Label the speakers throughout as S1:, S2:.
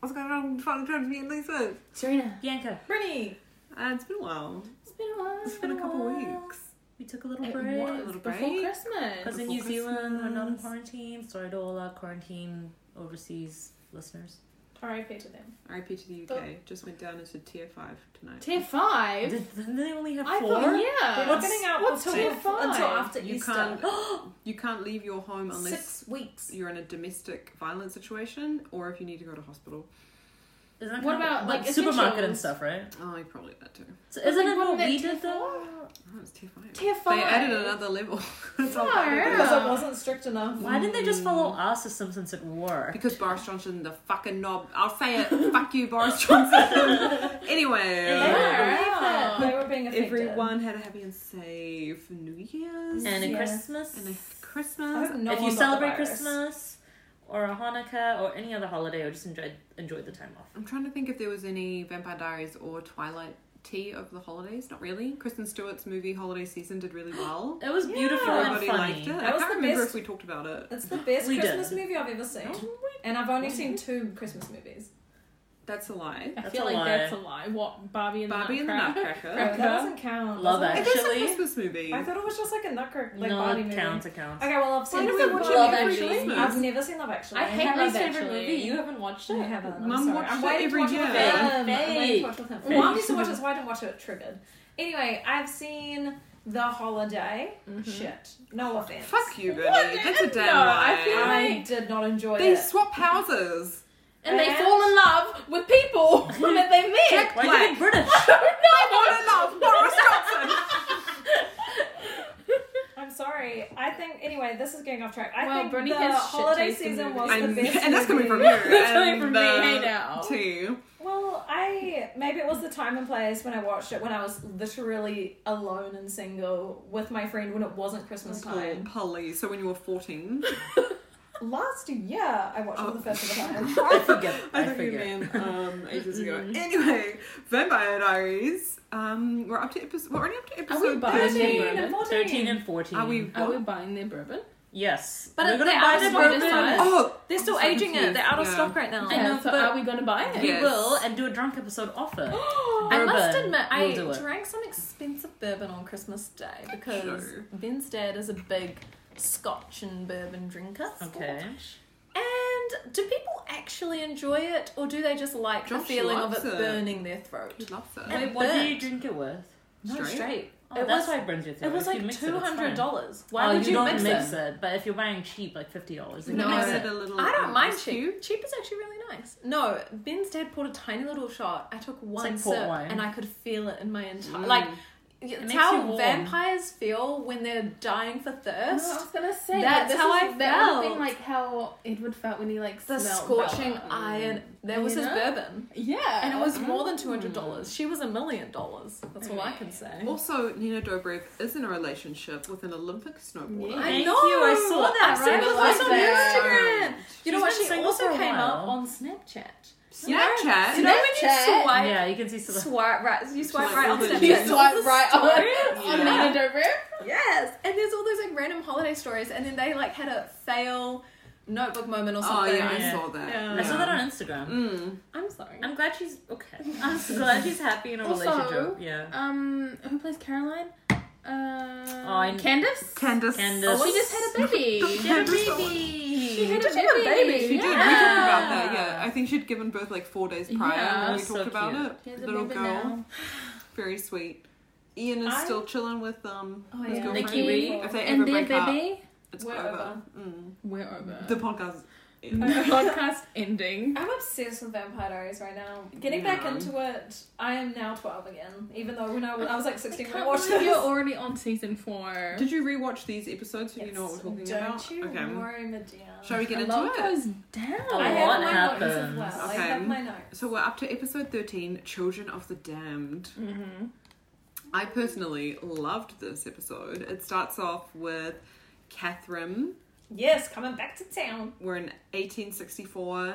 S1: What's going on? Fun times meeting these ones.
S2: Serena.
S3: Bianca,
S2: Brittany.
S1: Uh, it's been a while.
S2: It's been a while.
S1: It's been a couple
S2: while.
S1: weeks.
S3: we took a little
S2: It
S3: break.
S2: was
S1: little
S2: before
S1: break.
S3: Because
S2: Christmas.
S3: in
S1: Before
S3: New Zealand, we're not in
S1: Christmas.
S3: quarantine. Sorry to all our quarantine overseas listeners.
S2: RIP to them.
S1: RIP to the UK. Just went down into tier five tonight.
S2: Tier five.
S3: Did, didn't they only have
S2: I
S3: four?
S2: thought yeah.
S3: They're not getting out
S2: what's
S3: until-
S2: tier
S4: until
S2: five?
S4: after
S1: You
S4: Easter.
S1: can't- You can't leave your home unless
S4: Six weeks.
S1: you're in a domestic violence situation or if you need to go to hospital.
S3: Isn't that
S2: What
S3: kind of-
S2: about, like,
S3: supermarket and
S2: essentials?
S3: stuff, right?
S1: Oh, you probably that too.
S3: So isn't
S2: like,
S3: it what
S2: wouldn't
S3: we
S2: it tier
S3: did though?
S1: Oh, it's tier five.
S2: Tier
S1: They
S2: five.
S1: added another level. That's all
S2: No.
S1: bad.
S4: Because I wasn't strict enough.
S3: Why didn't they just follow our system since it worked?
S1: Because Boris Johnson, the fucking knob. I'll say it. Fuck you, Boris Johnson. anyway.
S4: They
S2: Yeah.
S4: didn't believe that. They were being affected.
S1: Everyone had a happy and safe New Year's
S3: And a
S4: Yeah.
S3: Christmas.
S1: and a
S4: I
S1: Christmas.
S4: hope no
S3: if
S4: one
S3: you
S4: got the
S3: celebrate
S4: virus.
S3: Christmas or a Hanukkah or any other holiday, or just enjoy enjoy the time off.
S1: I'm trying to think if there was any Vampire Diaries or Twilight tea over the holidays. Not really. Kristen Stewart's movie Holiday Season did really well.
S3: It was
S4: Yeah.
S3: beautiful and
S1: Everybody
S3: funny.
S1: liked it. I
S4: That was
S1: can't
S4: the
S1: remember
S4: best-
S1: if we talked about it.
S4: It's the best
S3: We did.
S4: Christmas movie I've ever seen. And I've only seen two Christmas movies.
S1: That's a lie.
S2: I
S3: That's
S2: feel
S3: a
S2: like
S3: lie.
S2: that's a lie. What Barbie and
S1: Barbie
S2: the
S1: and the
S2: Nutcracker?
S1: Nutcracker.
S4: No, that doesn't count.
S3: Love
S1: It
S4: does it?
S1: is a
S3: Actually-
S1: Christmas movie.
S4: I thought it was just like a nutcracker, like
S3: no,
S4: Barney
S3: it
S4: movie.
S3: counds, it counts.
S4: Okay, well I've
S1: Why
S4: seen
S1: do we watch it
S4: Love
S1: every
S4: Actually.
S1: Christmas?
S4: I've never seen Love Actually.
S2: I hate my
S4: Love
S2: favorite
S4: Actually.
S2: movie. You haven't watched
S4: I
S2: it.
S4: haven't. I'm
S1: Mum
S4: sorry.
S1: watched
S4: I'm
S1: it
S4: waiting
S1: every
S4: to watch
S1: year.
S4: With him.
S3: Fake.
S4: I'm waiting to watch with him.
S3: Fake.
S4: Mom used to watch it, so I didn't watch it. Triggered. Anyway, I've seen The Holiday.
S2: Mm-hmm.
S4: Shit. No offense.
S1: Fuck you, Bernie.
S2: What?
S1: That's a damn
S2: No,
S1: lie.
S2: I feel like-
S4: I did not enjoy
S1: they
S4: it.
S1: swap houses.
S2: And they
S4: And-
S2: fall in love with people that they met.
S1: Jack
S3: Why
S1: Black.
S3: did it British?
S1: fall in love. Boris Johnson.
S4: I'm sorry. I think anyway, this is getting off track. I
S2: Well,
S4: think
S2: Bernie
S4: the
S2: has shit
S4: holiday
S2: taste in
S4: season
S2: movies.
S4: was
S1: and,
S4: the best.
S1: and that's coming from you.
S4: movie.
S2: That's coming
S1: and,
S2: from me.
S1: uh,
S2: Hey, now.
S1: Too.
S4: Well, I maybe it was the time and place when I watched it when I was literally alone and single with my friend when it wasn't Christmas time.
S1: Polly. So when you were 14.
S4: Last year I watched
S1: Oh.
S4: it for the first time.
S3: I forget.
S1: I
S3: I
S1: think you
S3: forget.
S1: meant um, ages ago. Anyway, Vampire Diaries. Um, we're up to episode. We're only up to
S2: Are we
S1: episode
S2: buying
S4: Thirteen
S1: 13.
S2: them?
S4: and fourteen.
S3: 13 and 14.
S1: Are we?
S2: Are we buying their bourbon?
S3: Yes.
S2: But
S3: We're
S2: it-
S3: gonna
S2: they
S3: buy
S2: are
S3: the
S2: small
S3: bourbon.
S2: business.
S1: Oh,
S4: They're still
S1: I'm so
S4: aging it.
S1: confused.
S4: They're out of
S1: Yeah.
S4: stock right now.
S2: I know,
S3: so
S2: but
S3: are
S2: are
S3: we
S2: we going to buy it?
S1: it? Yes.
S3: We will and do a drunk episode offer.
S2: I must
S3: Bourbon.
S2: admit,
S3: We'll
S2: I
S3: do it.
S2: drank some expensive bourbon on Christmas Day because
S1: Sure.
S2: Ben's dad is a big Scotch and bourbon drinker.
S3: Okay.
S2: And do people actually enjoy it, or do they just like
S1: Josh
S2: the feeling of
S1: likes
S2: it,
S1: it.
S2: burning their throat?
S1: Loves it.
S2: And
S3: Wait, what do
S2: burnt.
S3: you drink it with?
S2: No,
S1: Straight?
S2: straight.
S3: Oh,
S2: it was.
S3: that's why it burns your throat.
S2: It was
S3: If you
S2: like
S3: mix
S2: two
S3: it's fine.
S2: hundred dollars. Why
S3: oh,
S2: would you,
S3: don't
S2: mix, it?
S3: But if you're buying cheap, like fifty dollars,
S2: No.
S1: Mix
S2: I
S1: it a little. oh,
S2: I don't mind
S1: ice cube.
S2: cheap. Cheap is actually really nice. No, Ben's dad poured a tiny little shot. I took one
S3: like port
S2: sip
S3: wine.
S2: and I could feel it in my entire
S1: Mm.
S2: like.
S3: makes
S2: It's
S3: you
S2: how
S3: warm.
S2: vampires feel when they're dying for
S5: No,
S2: thirst.
S5: I was gonna say
S2: That's
S5: like, this
S2: how
S5: is,
S2: I
S5: that would have
S2: felt.
S5: been like how Edward felt when he like
S2: the
S5: smelled
S2: scorching
S5: Bella.
S2: iron. That was
S5: You
S2: his
S5: know?
S2: bourbon,
S5: Yeah,
S2: and it was
S3: Uh-huh.
S2: more than two hundred dollars. She was a million dollars. That's all I can say.
S1: Also, Nina Dobrev is in a relationship with an Olympic snowboarder.
S5: Yeah.
S2: I
S3: Thank
S2: know.
S3: you, I saw that,
S2: I
S3: right?
S2: saw
S3: It was
S2: that
S3: like
S2: on
S3: that.
S2: Instagram. You know what?
S3: She's been
S2: She
S3: single
S2: also
S3: for a
S2: came up
S3: while. Uh,
S2: on Snapchat.
S1: Snapchat.
S2: You know when you
S5: Snapchat?
S2: swipe,
S3: yeah, you can see some.
S2: swipe right, you swipe
S1: Swipe
S2: right on
S1: over the
S2: Snapchat.
S1: news.
S5: swipe right on,
S1: Stories?
S5: on
S1: Yeah.
S5: Nina Dobrev.
S2: Yes, and there's all those like random holiday stories, and then they like had a fail notebook moment or
S1: Oh
S2: something.
S1: yeah, I
S3: Yeah.
S1: saw that.
S2: Yeah.
S3: I saw that on Instagram.
S1: Mm.
S2: I'm sorry.
S3: I'm glad she's okay. I'm so glad she's happy in a
S5: Also-
S3: relationship. Yeah.
S5: Um, who plays Caroline? Uh,
S3: Oh, I-
S5: Candace.
S1: Candace.
S3: Candace.
S5: Oh, she just had a baby.
S3: She had a
S1: Candace-
S3: baby.
S2: She had
S5: Just
S2: a
S5: have a
S2: baby.
S5: baby.
S1: She did. We
S5: Yeah.
S1: talked about that. Yeah, I think she'd given birth like four days prior.
S5: Yeah.
S1: when we
S3: So
S1: talked about
S3: cute.
S1: it.
S5: She has a
S1: Little
S5: baby
S1: girl.
S5: now.
S1: Very sweet. Ian is
S4: I-
S1: still chilling with um
S4: Oh,
S1: his
S4: yeah.
S1: girlfriend.
S3: Nikki Reed.
S1: If they ever
S5: And their
S1: break up,
S5: baby.
S1: it's
S4: We're
S1: over.
S4: over. Oh.
S1: Mm.
S5: We're over.
S1: The podcast.
S5: podcast ending.
S4: I'm obsessed with Vampire Diaries right now. Getting back
S1: Yeah.
S4: into it, I am now 12 again. Even though when I was, I was like 16 when I
S5: Can't
S4: watched
S5: believe you're
S4: this.
S5: already on season four.
S1: Did you rewatch these episodes? So you know what we're talking
S4: Don't
S1: about.
S4: you
S1: okay.
S4: worry, my dear.
S1: Shall we get
S5: a
S1: into
S5: lot
S1: it?
S5: goes down.
S3: A
S4: I
S3: lot
S4: have my notes as
S3: happens.
S4: well. I
S1: Okay.
S4: have my notes.
S1: So we're up to episode thirteen, Children of the Damned.
S5: Mm-hmm.
S1: I personally loved this episode. It starts off with Catherine
S4: Yes, coming back to town.
S1: we're in 1864.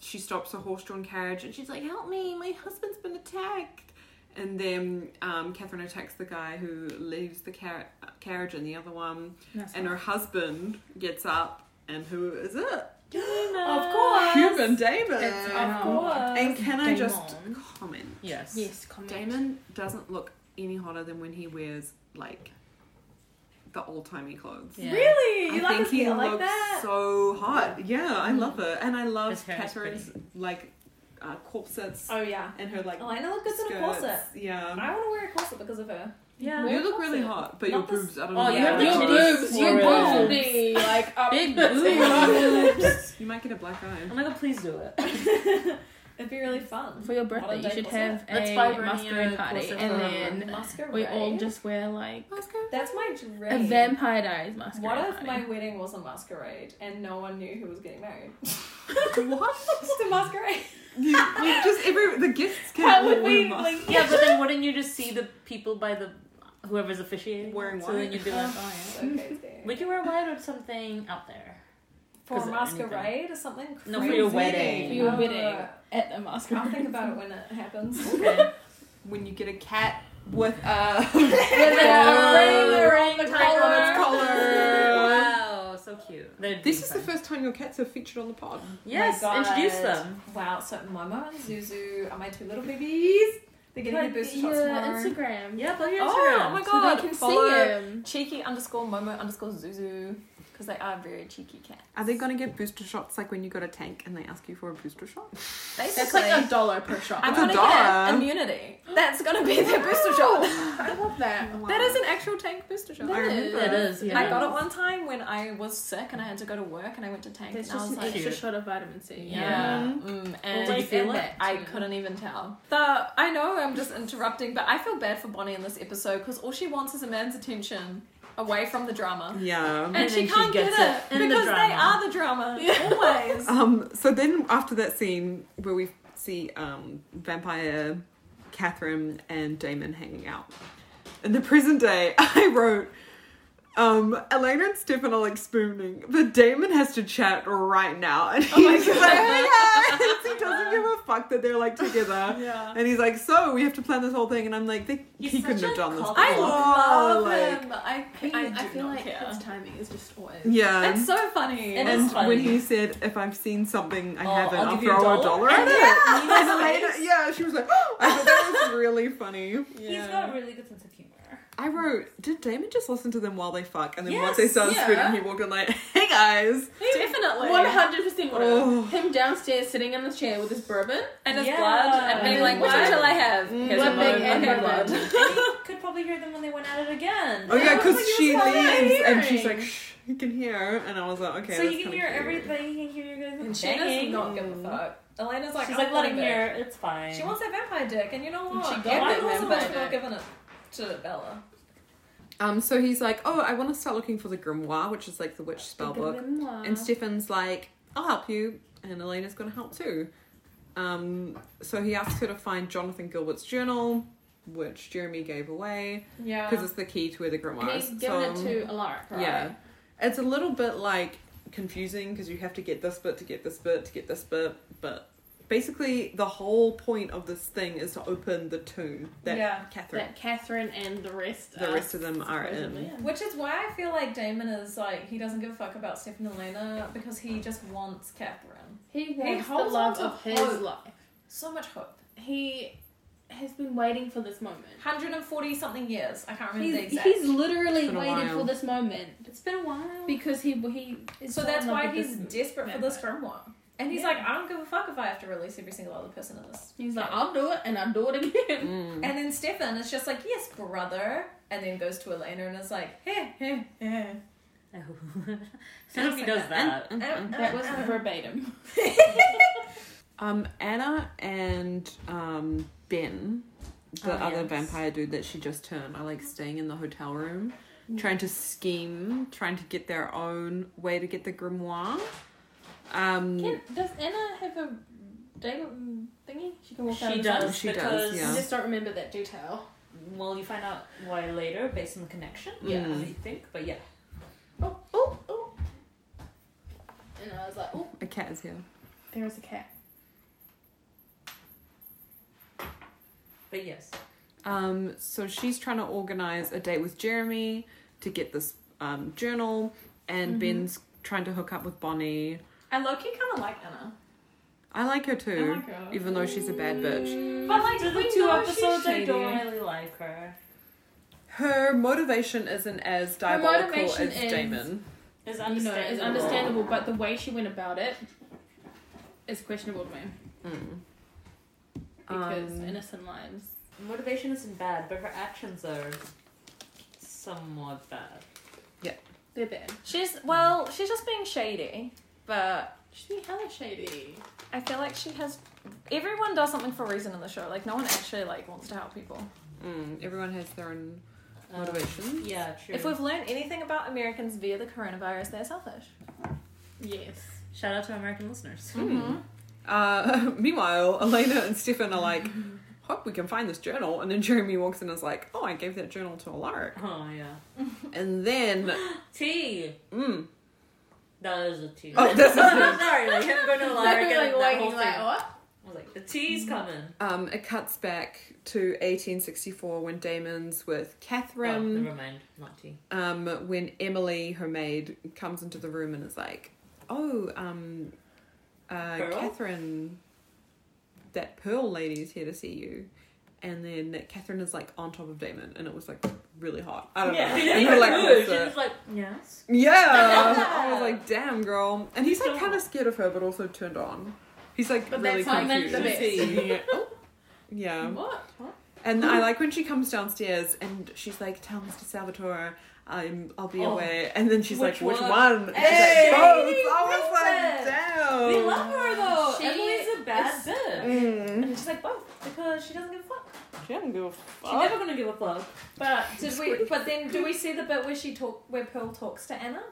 S1: She stops a horse-drawn carriage and she's like, "Help me! My husband's been attacked." And then um, Catherine attacks the guy who leaves the car- carriage and the other one, and her husband gets up, and who is it?
S4: Of course.
S1: Human Damon.
S5: It's-
S4: Of course.
S1: and can I just
S5: Damon.
S1: comment?
S3: Yes.
S5: Yes, comment.
S1: Damon doesn't look any hotter than when he wears like the old timey clothes.
S3: Yeah.
S4: Really? You
S1: I
S4: like
S1: think
S4: his
S1: he
S4: hair
S1: looks
S4: like that?
S1: so hot. Yeah, I love it, and I
S3: His
S1: love
S3: hair is
S1: Catherine's like uh, corsets
S4: oh yeah.
S1: and her like
S4: Elena looked good in a
S1: skirts.
S4: corset.
S3: Um,
S1: Yeah,
S4: I want to wear a corset because of her.
S3: Yeah.
S4: Wear a
S1: you look really
S4: corset.
S1: hot, but
S4: Not
S1: your
S4: this-
S1: boobs. I don't
S3: Oh,
S1: know.
S3: you
S1: why
S3: have
S1: they
S3: the
S1: look
S3: Your
S1: hot.
S3: titties. boobs, your boobs will
S5: be like up.
S3: Big boobs.
S1: You might get a black eye.
S3: oh my god, please do it.
S4: It'd be really fun.
S5: For your
S4: What a
S5: birthday, you
S4: date
S5: should
S4: was it?
S5: have
S3: Let's
S5: a
S3: buy Renee a
S5: masquerade party,
S3: corset
S5: and
S3: for
S5: then
S4: Masquerade.
S5: we all just wear like
S4: That's my
S5: a
S4: dream.
S5: vampire dies masquerade.
S4: What if
S5: party.
S4: my wedding was a masquerade and no one knew who was getting married?
S1: what?
S4: Just a masquerade.
S1: You, like, just every the gifts can
S4: How
S1: all
S4: would we
S1: wear masks.
S4: like?
S3: Yeah, but then wouldn't you just see the people by the whoever's officiating?
S1: Wearing
S3: So then
S1: white.
S3: you'd be like, oh yeah.
S4: Um, So crazy.
S3: Would you wear white or something out there?
S4: For a
S3: 'Cause of anything.
S4: masquerade or something? Crazy.
S3: No, for your wedding.
S5: for your
S4: Oh.
S5: wedding at a masquerade?
S4: I'll think about it when it happens.
S3: Okay.
S1: when you get a cat with a
S4: around the
S1: collar.
S3: Wow, so cute. They'd be
S1: This is the
S3: fun.
S1: first time your cats have featured on the pod.
S3: Yes,
S4: Oh My God.
S3: introduce them.
S4: Wow, so Momo and Zuzu are my two little babies. They're getting their booster shots tomorrow.
S5: Instagram.
S3: Yeah, plug your
S4: Oh,
S3: Instagram.
S4: oh my
S5: So
S4: God,
S5: they can
S4: follow-
S5: see him.
S4: Cheeky underscore Momo underscore Zuzu. Because they are very cheeky cats.
S1: Are they gonna get booster shots like when you got a tank and they ask you for a booster shot?
S4: Basically,
S5: That's like a dollar per shot.
S4: I'm
S1: That's a
S4: gonna
S1: dollar.
S4: get immunity. That's gonna be their booster shot.
S5: I love that.
S4: That is an actual tank booster shot.
S1: I
S5: That
S1: remember.
S3: It is.
S5: Yeah.
S4: I got it one time when I was sick and I had to go to work and I went to tank
S5: That's
S4: and I
S5: just
S4: was
S5: an
S4: like,
S5: extra
S3: Cute.
S5: shot of vitamin C.
S4: yeah,
S1: Mhm.
S4: mm,
S3: Well,
S4: and
S3: did you feel
S4: and
S3: it?
S4: I
S3: Mm.
S4: couldn't even tell. The I know I'm just interrupting, but I feel bad for Bonnie in this episode because all she wants is a man's attention away from the drama,
S1: Yeah.
S4: and, she
S3: then she
S4: can't
S3: gets
S4: get it,
S3: it in the
S4: because they
S3: drama.
S4: are the drama always.
S1: Um. So then after that scene where we see um vampire Catherine and Damon hanging out in the present day, I wrote. Um, Elena and Stefan are like spooning, but Damon has to chat right now, and
S4: Oh
S1: he's just like, "Hey guys," he doesn't give a fuck that they're like together.
S4: yeah.
S1: And he's like, so we have to plan this whole thing, and I'm like, they,
S3: He's
S1: he couldn't
S3: such
S1: have done
S3: a
S1: this.
S3: cock.
S1: before.
S4: I love
S1: Like,
S4: him. I,
S5: I,
S4: I,
S5: I
S4: do
S5: feel
S4: not
S5: like
S4: care.
S5: his timing is just always.
S1: Yeah.
S4: It's so funny.
S3: It
S1: and
S3: is funny.
S1: when he said, if I've seen something I
S4: Oh,
S1: haven't,
S4: I'll
S1: I'll,
S4: give you
S1: throw
S4: a
S1: a dollar,
S4: dollar.
S1: at
S4: Yeah.
S1: it.
S4: Yes.
S1: And Elena- yeah, she was like, oh, I thought that was really funny.
S4: Yeah.
S3: He's got a really good sense of humor.
S1: I wrote, did Damon just listen to them while they fuck? And then once they
S4: Yes,
S1: started
S5: yeah.
S1: spooning, he walked in like, hey guys.
S4: Definitely.
S5: One hundred percent would
S1: Oh.
S5: have. Him downstairs sitting in the chair with his bourbon.
S4: and his
S6: Yeah.
S4: blood and
S5: And
S4: being
S5: his
S4: like, which
S5: blood.
S4: shall I have? Here's
S5: One
S4: a
S5: big
S4: bone
S5: and
S4: and my
S5: a
S4: blood.
S5: bun.
S6: could probably hear them when they went at it again.
S1: Oh yeah, because
S5: Like,
S1: she
S5: he was like,
S1: leaves and
S5: hearing.
S1: she's like, shh, you can hear. And I was like, okay.
S6: so
S1: that's
S6: you can
S1: kinda
S6: hear
S1: cute.
S6: everything. You can hear your guys.
S4: And she does
S6: banging.
S4: not give a fuck. Elena's like,
S3: She's
S4: I'm
S3: like, let him
S4: it.
S3: hear. It's fine.
S4: She wants that vampire dick, and you know what?
S5: she
S4: She
S5: gave
S3: it
S4: was a
S5: vampire
S4: bitch for
S5: dick.
S4: not giving it to Bella.
S1: Um, so he's like, oh, I want to start looking for the grimoire, which is like the witch spell book. And
S5: Uh-huh.
S1: Stefan's like, I'll help you, and Elena's gonna help too. Um, so he asks her to find Jonathan Gilbert's journal, which Jeremy gave away
S5: yeah.
S1: because it's the key to where the
S5: And
S1: grimoire is.
S5: he's given Uh-huh. it
S1: So,
S5: to Alaric, right?
S1: yeah, it's a little bit like confusing because you have to get this bit to get this bit to get this bit, but basically the whole point of this thing is to open the tomb that
S4: Yeah.
S1: Catherine,
S5: That Catherine and the rest.
S1: the
S5: are
S1: rest of them are
S5: supposedly
S1: in.
S4: Which is why I feel like Damon is like, he doesn't give a fuck about Stefan and Elena because he just wants Catherine.
S5: He wants the
S4: holds
S5: love
S4: on to
S5: of his
S4: hope.
S5: life.
S4: So much hope.
S5: He has been waiting for this moment.
S4: 140 something years. I can't remember
S5: He's,
S4: the exact.
S5: he's literally
S1: It's been a
S5: waited
S1: while.
S5: for this moment
S6: It's been a while.
S5: because he he. Is
S4: so
S5: in
S4: that's
S5: love
S4: why
S5: with
S4: he's
S5: this-
S4: desperate for this grimoire. And he's
S5: Yeah.
S4: like, I don't give a fuck if I have to release every single other person in this.
S5: He's like, I'll do it, and I'll do it again.
S1: Mm.
S4: And then Stefan is just like, yes, brother. And then goes to Elena and is like, hey, hey, hey.
S3: None of he does that.
S1: And-
S4: Uh,
S1: and-
S5: That was verbatim.
S1: Um, Anna and um, Ben, the
S3: Oh,
S1: other
S3: yes.
S1: vampire dude that she just turned, are like staying in the hotel room, trying to scheme, trying to get their own way to get the grimoire. Um,
S5: Can, does Anna have a Damon thingy? She can walk out.
S3: She
S5: and
S3: does
S1: She does,
S3: because
S5: I
S1: yeah.
S5: just don't remember that detail.
S3: well, you find out why later based on the connection. Yeah,
S1: Mm.
S3: I think. But yeah,
S5: Oh, oh, oh. And I was like, oh,
S1: a cat is here.
S5: there is a cat.
S3: but yes.
S1: Um, so she's trying to organize a date with Jeremy to get this um, journal, and
S5: Mhm.
S1: Ben's trying to hook up with Bonnie.
S4: I low key kind of like Anna.
S1: I like her
S4: I
S1: too,
S4: like her.
S1: even though she's a bad bitch.
S4: But like
S3: After
S4: we
S3: Mm. the two
S4: know she's
S3: episodes, I don't
S4: shady.
S3: really like her.
S1: Her motivation isn't as
S5: Her
S1: diabolical as
S5: motivation is-
S1: Damon.
S3: It's
S5: You know,
S3: understandable.
S5: it's understandable, but the way she went about it is questionable to me
S1: Mm.
S5: because
S1: Um,
S5: innocent lives.
S3: Motivation isn't bad, but her actions are somewhat bad.
S5: They're bad.
S4: She's well, she's just being shady, but
S5: She's being hella shady.
S4: I feel like she has. Everyone does something for a reason in the show. Like no one actually like wants to help people.
S1: Mm, everyone has their own
S3: Um,
S1: motivation.
S3: yeah, true.
S4: If we've learned anything about Americans via the coronavirus, they're selfish.
S5: Yes.
S3: Shout out to American listeners.
S1: Mm. Uh, meanwhile, Elena and Stefan are like, hope we can find this journal. And then Jeremy walks in and is like, oh, I gave that journal to Alaric.
S3: Oh yeah.
S1: And then,
S3: Tea.
S1: mm,
S3: That is a tea.
S1: Oh, this is it.
S3: sorry. Like him going to Lara
S5: They're
S3: and that whole
S5: waiting,
S3: thing.
S5: like, oh.
S3: I
S5: what?
S3: was like, the tea's coming.
S1: um, it cuts back to 1864 when Damon's with
S3: Oh,
S1: Catherine.
S3: never mind. Not tea.
S1: um, when Emily, her maid, comes into the room and is like, "Oh, um, uh,
S3: Pearl?
S1: Catherine, that Pearl lady's here to see you," and then Catherine is like on top of Damon, and it was like really hot. I don't know. And
S3: She
S1: we're like, "Oh,
S3: was
S1: "What's it?"
S3: like, yes.
S1: yeah. I was like, "Damn, girl," and he's like
S3: So-
S1: kind of scared of her, but also turned on. He's like
S5: But
S1: really
S5: that's not meant
S1: confused.
S5: to be.
S1: yeah.
S5: What?
S1: And
S3: Oh.
S1: I like when she comes downstairs and she's like, "Tell Mr. Salvatore, I'm, I'll be
S3: Oh.
S1: away." And then she's like,
S3: Which
S1: "Which
S3: one?
S1: one?" And
S3: Hey!
S1: she's like, "Both."
S3: We
S1: I was like,
S3: love her though.
S5: She
S3: Emily's a bad bitch.
S1: "Damn." Mm.
S4: And she's like both because she doesn't give a fuck.
S1: She doesn't give a
S3: She's
S1: fuck.
S3: never gonna give a fuck.
S4: But did we? But then, do we see the bit where she talk where Pearl talks to Anna?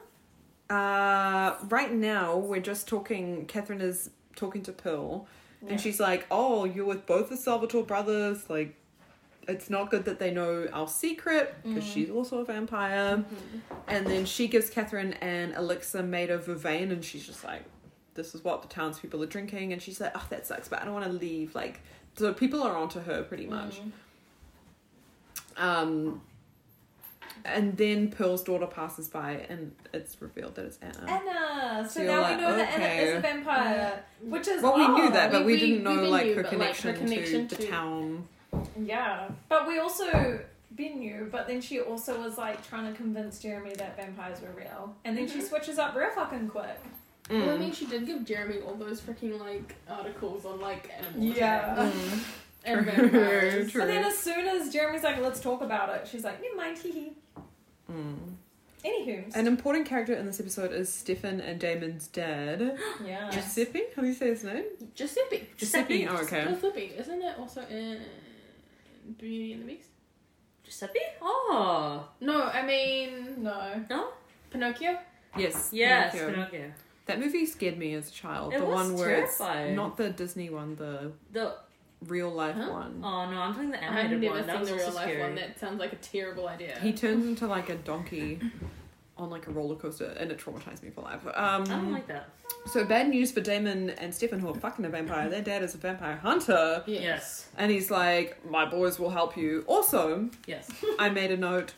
S1: Uh, right now we're just talking. Catherine is talking to Pearl, and she's like, "Oh, you're with both the Salvatore brothers. Like, it's not good that they know our secret because
S3: Mm.
S1: she's also a vampire." And then she gives Catherine an elixir made of vervain, and she's just like, "This is what the townspeople are drinking." And she's like, "Oh, that sucks, but I don't want to leave." Like, so people are onto her pretty much.
S5: Mm-hmm.
S4: Mm.
S1: Um. And then Pearl's daughter passes by, and it's revealed that it's Anna.
S4: Anna. So
S1: So
S4: now
S1: you're
S4: we
S1: like,
S4: know that Anna
S1: okay.
S4: is a vampire,
S3: Mm.
S4: which is
S1: Well, we knew
S4: odd.
S1: that, but we,
S5: We- we-
S1: didn't know
S5: we
S1: like
S5: knew,
S1: her
S5: but, like,
S1: connection,
S5: her connection
S1: to, the
S5: to-
S1: town.
S4: Yeah, but we also we knew, but then she also was like trying to convince Jeremy that vampires were real, and then she
S3: Mm-hmm.
S4: switches up real fucking quick.
S5: Well,
S1: Mm.
S5: I mean, she did give Jeremy all those freaking like articles on like animals.
S4: Yeah.
S5: and-
S1: Mm.
S5: and
S1: True,
S5: vampires.
S1: true.
S4: But then as soon as Jeremy's like, "Let's talk about it," she's like, "Never mind, hee hee."
S1: Mm.
S4: Anywho,
S1: An important character in this episode is Stefan and Damon's dad.
S4: yeah,
S1: Giuseppe? How do you say his name?
S5: Giuseppe.
S3: Giuseppe.
S1: Oh, okay.
S5: Giuseppe. Isn't it also in Beauty and the Beast?
S3: Giuseppe? Oh.
S5: No, I mean
S4: no,
S3: No?
S5: Pinocchio.
S1: Yes.
S3: Yes.
S1: Pinocchio.
S3: Pinocchio.
S1: That movie scared me as a child.
S3: It
S1: the
S3: was
S1: one where it's
S3: terrifying.
S1: not the Disney one, the
S3: The
S1: real life
S5: Huh?
S1: one.
S3: oh no, I'm talking the
S5: I've
S3: animated
S5: never
S3: one. That
S5: seen
S3: was
S5: the
S3: just
S5: real
S3: as
S5: life
S3: scary.
S5: one. That sounds like a terrible idea.
S1: He turns into like a donkey on like a roller coaster and it traumatized me for life. Um
S3: I don't like that.
S1: so bad news for Damon and Stefan who are fucking a vampire. Their dad is a vampire hunter.
S5: yes.
S1: And he's like, My boys will help you. Also,
S3: Yes.
S1: I made a note.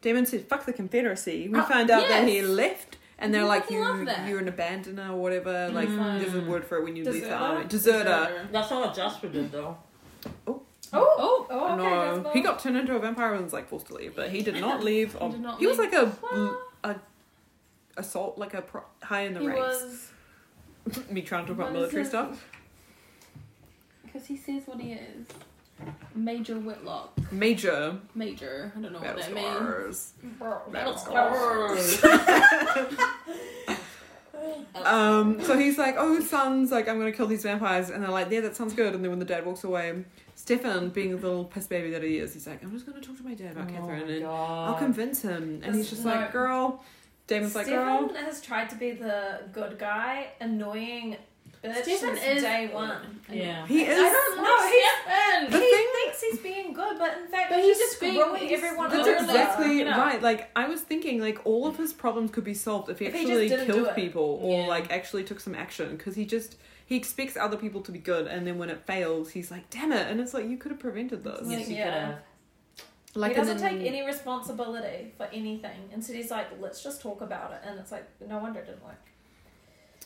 S1: Damon said, Fuck the Confederacy. We found out that he
S5: yes.
S1: left. And they're
S5: We
S1: like,
S5: fucking
S1: you,
S5: love that.
S1: you're an abandoner or whatever. Like,
S3: Mm.
S1: there's a word for it when you leave the
S4: Deserter?
S1: army. Deserter.
S3: That's not what Jasper did though.
S4: Oh, oh, okay,
S1: no,
S4: Jasper.
S1: he got turned into a vampire and was like forced to leave, but he did not leave. He,
S5: did not
S1: he was
S5: leave.
S1: like a a assault, like a pro, high in the
S5: He
S1: ranks.
S5: was
S1: Me trying to talk about
S5: What is
S1: military
S5: it?
S1: stuff.
S5: because he says what he is. Major Whitlock.
S1: Major
S5: Major. I don't know what
S1: battle
S5: that means.
S1: scars.
S4: Bro.
S1: Battle
S3: That's-
S1: Um, so he's like, "Oh, sons, like I'm gonna kill these vampires," and they're like, "Yeah, that sounds good." And then when the dad walks away, Stefan, being the little piss baby that he is, he's like, "I'm just gonna talk to my dad
S3: Oh
S5: Oh
S1: about Catherine, and I'll convince him." And he's just
S4: No.
S1: like, "Girl," Damon's like, "Oh." "Girl."
S4: Stefan has tried to be the good guy, annoying bitch
S5: Stefan
S4: since
S5: is
S4: day one.
S3: Yeah.
S1: He is.
S4: I don't know. He,
S5: Stefan.
S1: The
S4: he
S1: thing-
S4: thinks he's being good, but in fact,
S5: But
S4: he's,
S5: he's
S4: just
S5: just being-
S4: screwing
S5: he's-
S4: everyone
S5: that's
S1: That's
S4: over.
S1: exactly
S5: you know?
S1: right. Like I was thinking, like all of his problems could be solved if he
S4: If he just
S1: actually
S4: didn't do
S1: killed
S4: it.
S1: people or
S3: Yeah.
S1: like actually took some action. Because he just he expects other people to be good, and then when it fails, he's like, "Damn it!" And it's like you could have prevented this.
S3: Yes, you
S4: Yeah.
S3: could have.
S1: Like
S4: he doesn't
S1: and then-
S4: take any responsibility for anything. Instead, he's like, "Let's just talk about it," and it's like, no wonder it didn't work.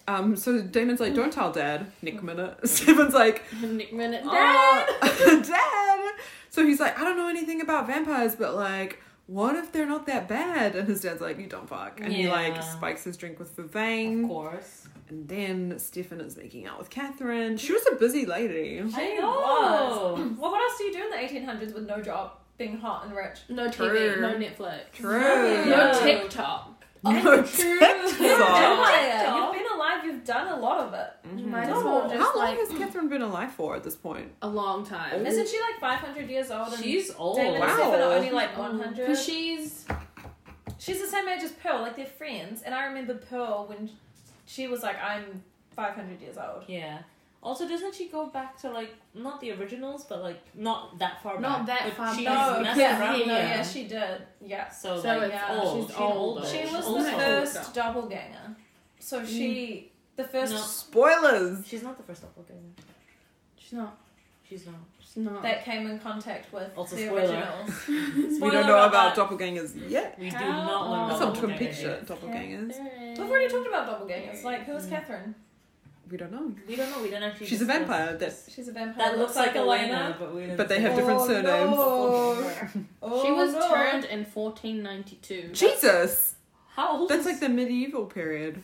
S1: Um, so Damon's like, don't tell dad.
S4: Mm.
S1: Nick minute. Steven's like,
S5: Nick Minute.
S1: Dad! dad! So he's like, I don't know anything about vampires, but like, what if they're not that bad? And his dad's like, you dumb fuck. And he like
S3: Yeah.
S1: spikes his drink with
S3: Of
S1: Vervain.
S3: course.
S1: And then Stefan is making out with Catherine. She was a busy lady.
S4: I
S3: know.
S4: was. well, what else do you do in the 1800s with no job, being hot and rich?
S5: No TV,
S1: True.
S5: no Netflix,
S1: True.
S5: no
S4: Yeah.
S5: TikTok.
S1: No
S4: You're a
S1: TikTok.
S4: vampire.
S5: TikTok.
S4: You've been alive. You've done a lot of it.
S5: Might as
S4: No.
S5: well just
S1: How long
S5: like
S1: has Catherine been alive for at this point?
S5: a long time.
S4: Isn't she like 500 years
S5: Oh,
S4: old? And
S3: She's old.
S4: Damon and
S1: Wow.
S4: Stefan are only like
S5: Because
S4: 100.
S5: um, she's
S4: She's the same age as Pearl. Like they're friends. And I remember Pearl when she was like, "I'm 500 years old."
S3: Yeah. Also, doesn't she go back to like not the originals, but like not that far
S5: Not
S3: back?
S5: that
S3: Like,
S5: far
S3: she's
S5: back.
S4: No,
S3: messed
S5: yeah,
S3: around
S5: yeah,
S4: No,
S3: there.
S4: yeah, she did. Yeah.
S3: So,
S5: So
S3: like,
S5: it's- uh,
S3: old.
S5: she's
S3: She's
S5: old.
S3: old.
S4: She was
S3: Also-
S4: the first
S5: old.
S4: doppelganger. So she, the first.
S3: No.
S1: Spoilers!
S3: She's not the first doppelganger.
S5: she's not
S3: She's not.
S5: she's not.
S4: That came in contact with
S3: Also
S4: the
S3: spoiler.
S4: originals.
S1: we don't know about doppelgangers yet.
S3: We do
S4: How
S3: not want
S4: old?
S1: That's
S3: to
S1: not
S3: know about
S1: twin
S3: doppelgangers.
S1: picture doppelgangers.
S4: We've already talked about doppelgangers. Like, who is Catherine?
S1: We don't know.
S3: We don't know. We don't actually.
S1: She's a
S3: discuss
S1: vampire,
S3: this.
S4: She's a vampire.
S3: that looks like Elena, but we.
S1: But they have different
S4: Oh,
S1: surnames.
S4: no. Oh,
S5: she was
S4: no.
S5: turned in 1492.
S1: Jesus!
S3: How old?
S1: That's
S3: is-
S1: like the medieval period.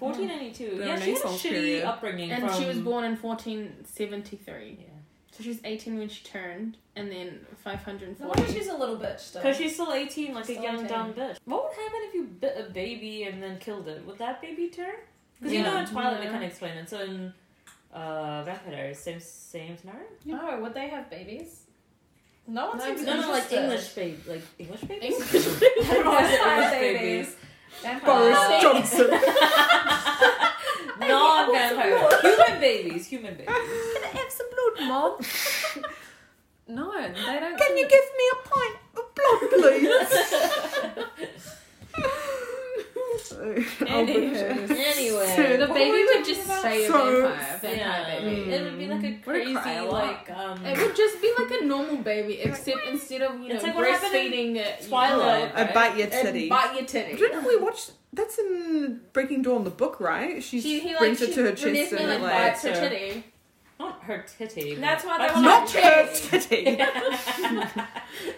S1: The
S3: 1492. Yeah, she had a
S1: Renaissance
S3: shitty
S1: period.
S3: upbringing.
S5: and she
S3: from-
S5: was born in 1473.
S3: Yeah.
S5: So she's 18 when she turned, and then
S4: No wonder
S5: 540.
S4: she's a little bitch still.
S3: Because she's still 18, like
S4: Still
S3: a young
S4: 18.
S3: dumb bitch. What would happen if you bit a baby and then killed it? Would that baby turn? Because you
S4: Yeah.
S3: know in Twilight they
S5: Yeah.
S3: kind of explain it. So in uh, Vampire, same same scenario.
S4: No, would they have babies? No one
S5: No,
S4: seems
S5: It's
S3: No, no, like
S4: interested.
S3: English baby, like English baby.
S5: English.
S3: I don't know why I said
S4: Vampire
S3: English
S4: babies.
S3: babies.
S1: Boris
S3: Uh,
S4: Vampire.
S1: Johnson.
S3: Non-vampire, human babies, human babies.
S1: Can I have some blood, Mom?
S4: No, they don't.
S1: Can you give me a pint of blood, please? I'll put
S5: Anyway.
S1: this.
S3: Anyway.
S5: The
S4: What
S5: baby
S4: were we
S5: would just
S4: talking about?
S5: say a
S1: So-
S5: vampire, vampire
S3: Yeah.
S5: baby.
S3: It would be like a
S5: What a
S3: crazy,
S5: cry a lot.
S3: like um,
S4: Mm.
S5: It would just be like a normal baby, except instead of you know
S3: It's like what happened in
S5: breastfeeding it, you
S3: Twilight,
S5: know,
S1: I bite your
S5: it'd
S1: titty.
S5: bite your titty.
S1: Didn't we watch? That's in Breaking Dawn, the book, right? She
S5: She he, like,
S1: brings it
S5: she-
S1: to her
S5: Vanessa,
S1: chest and
S5: like,
S1: like,
S5: bites her
S3: So-
S5: titty.
S3: not her titty. but-
S4: That's why they
S3: That's
S4: were
S1: not
S4: like.
S1: her
S4: "Jeez."
S1: titty.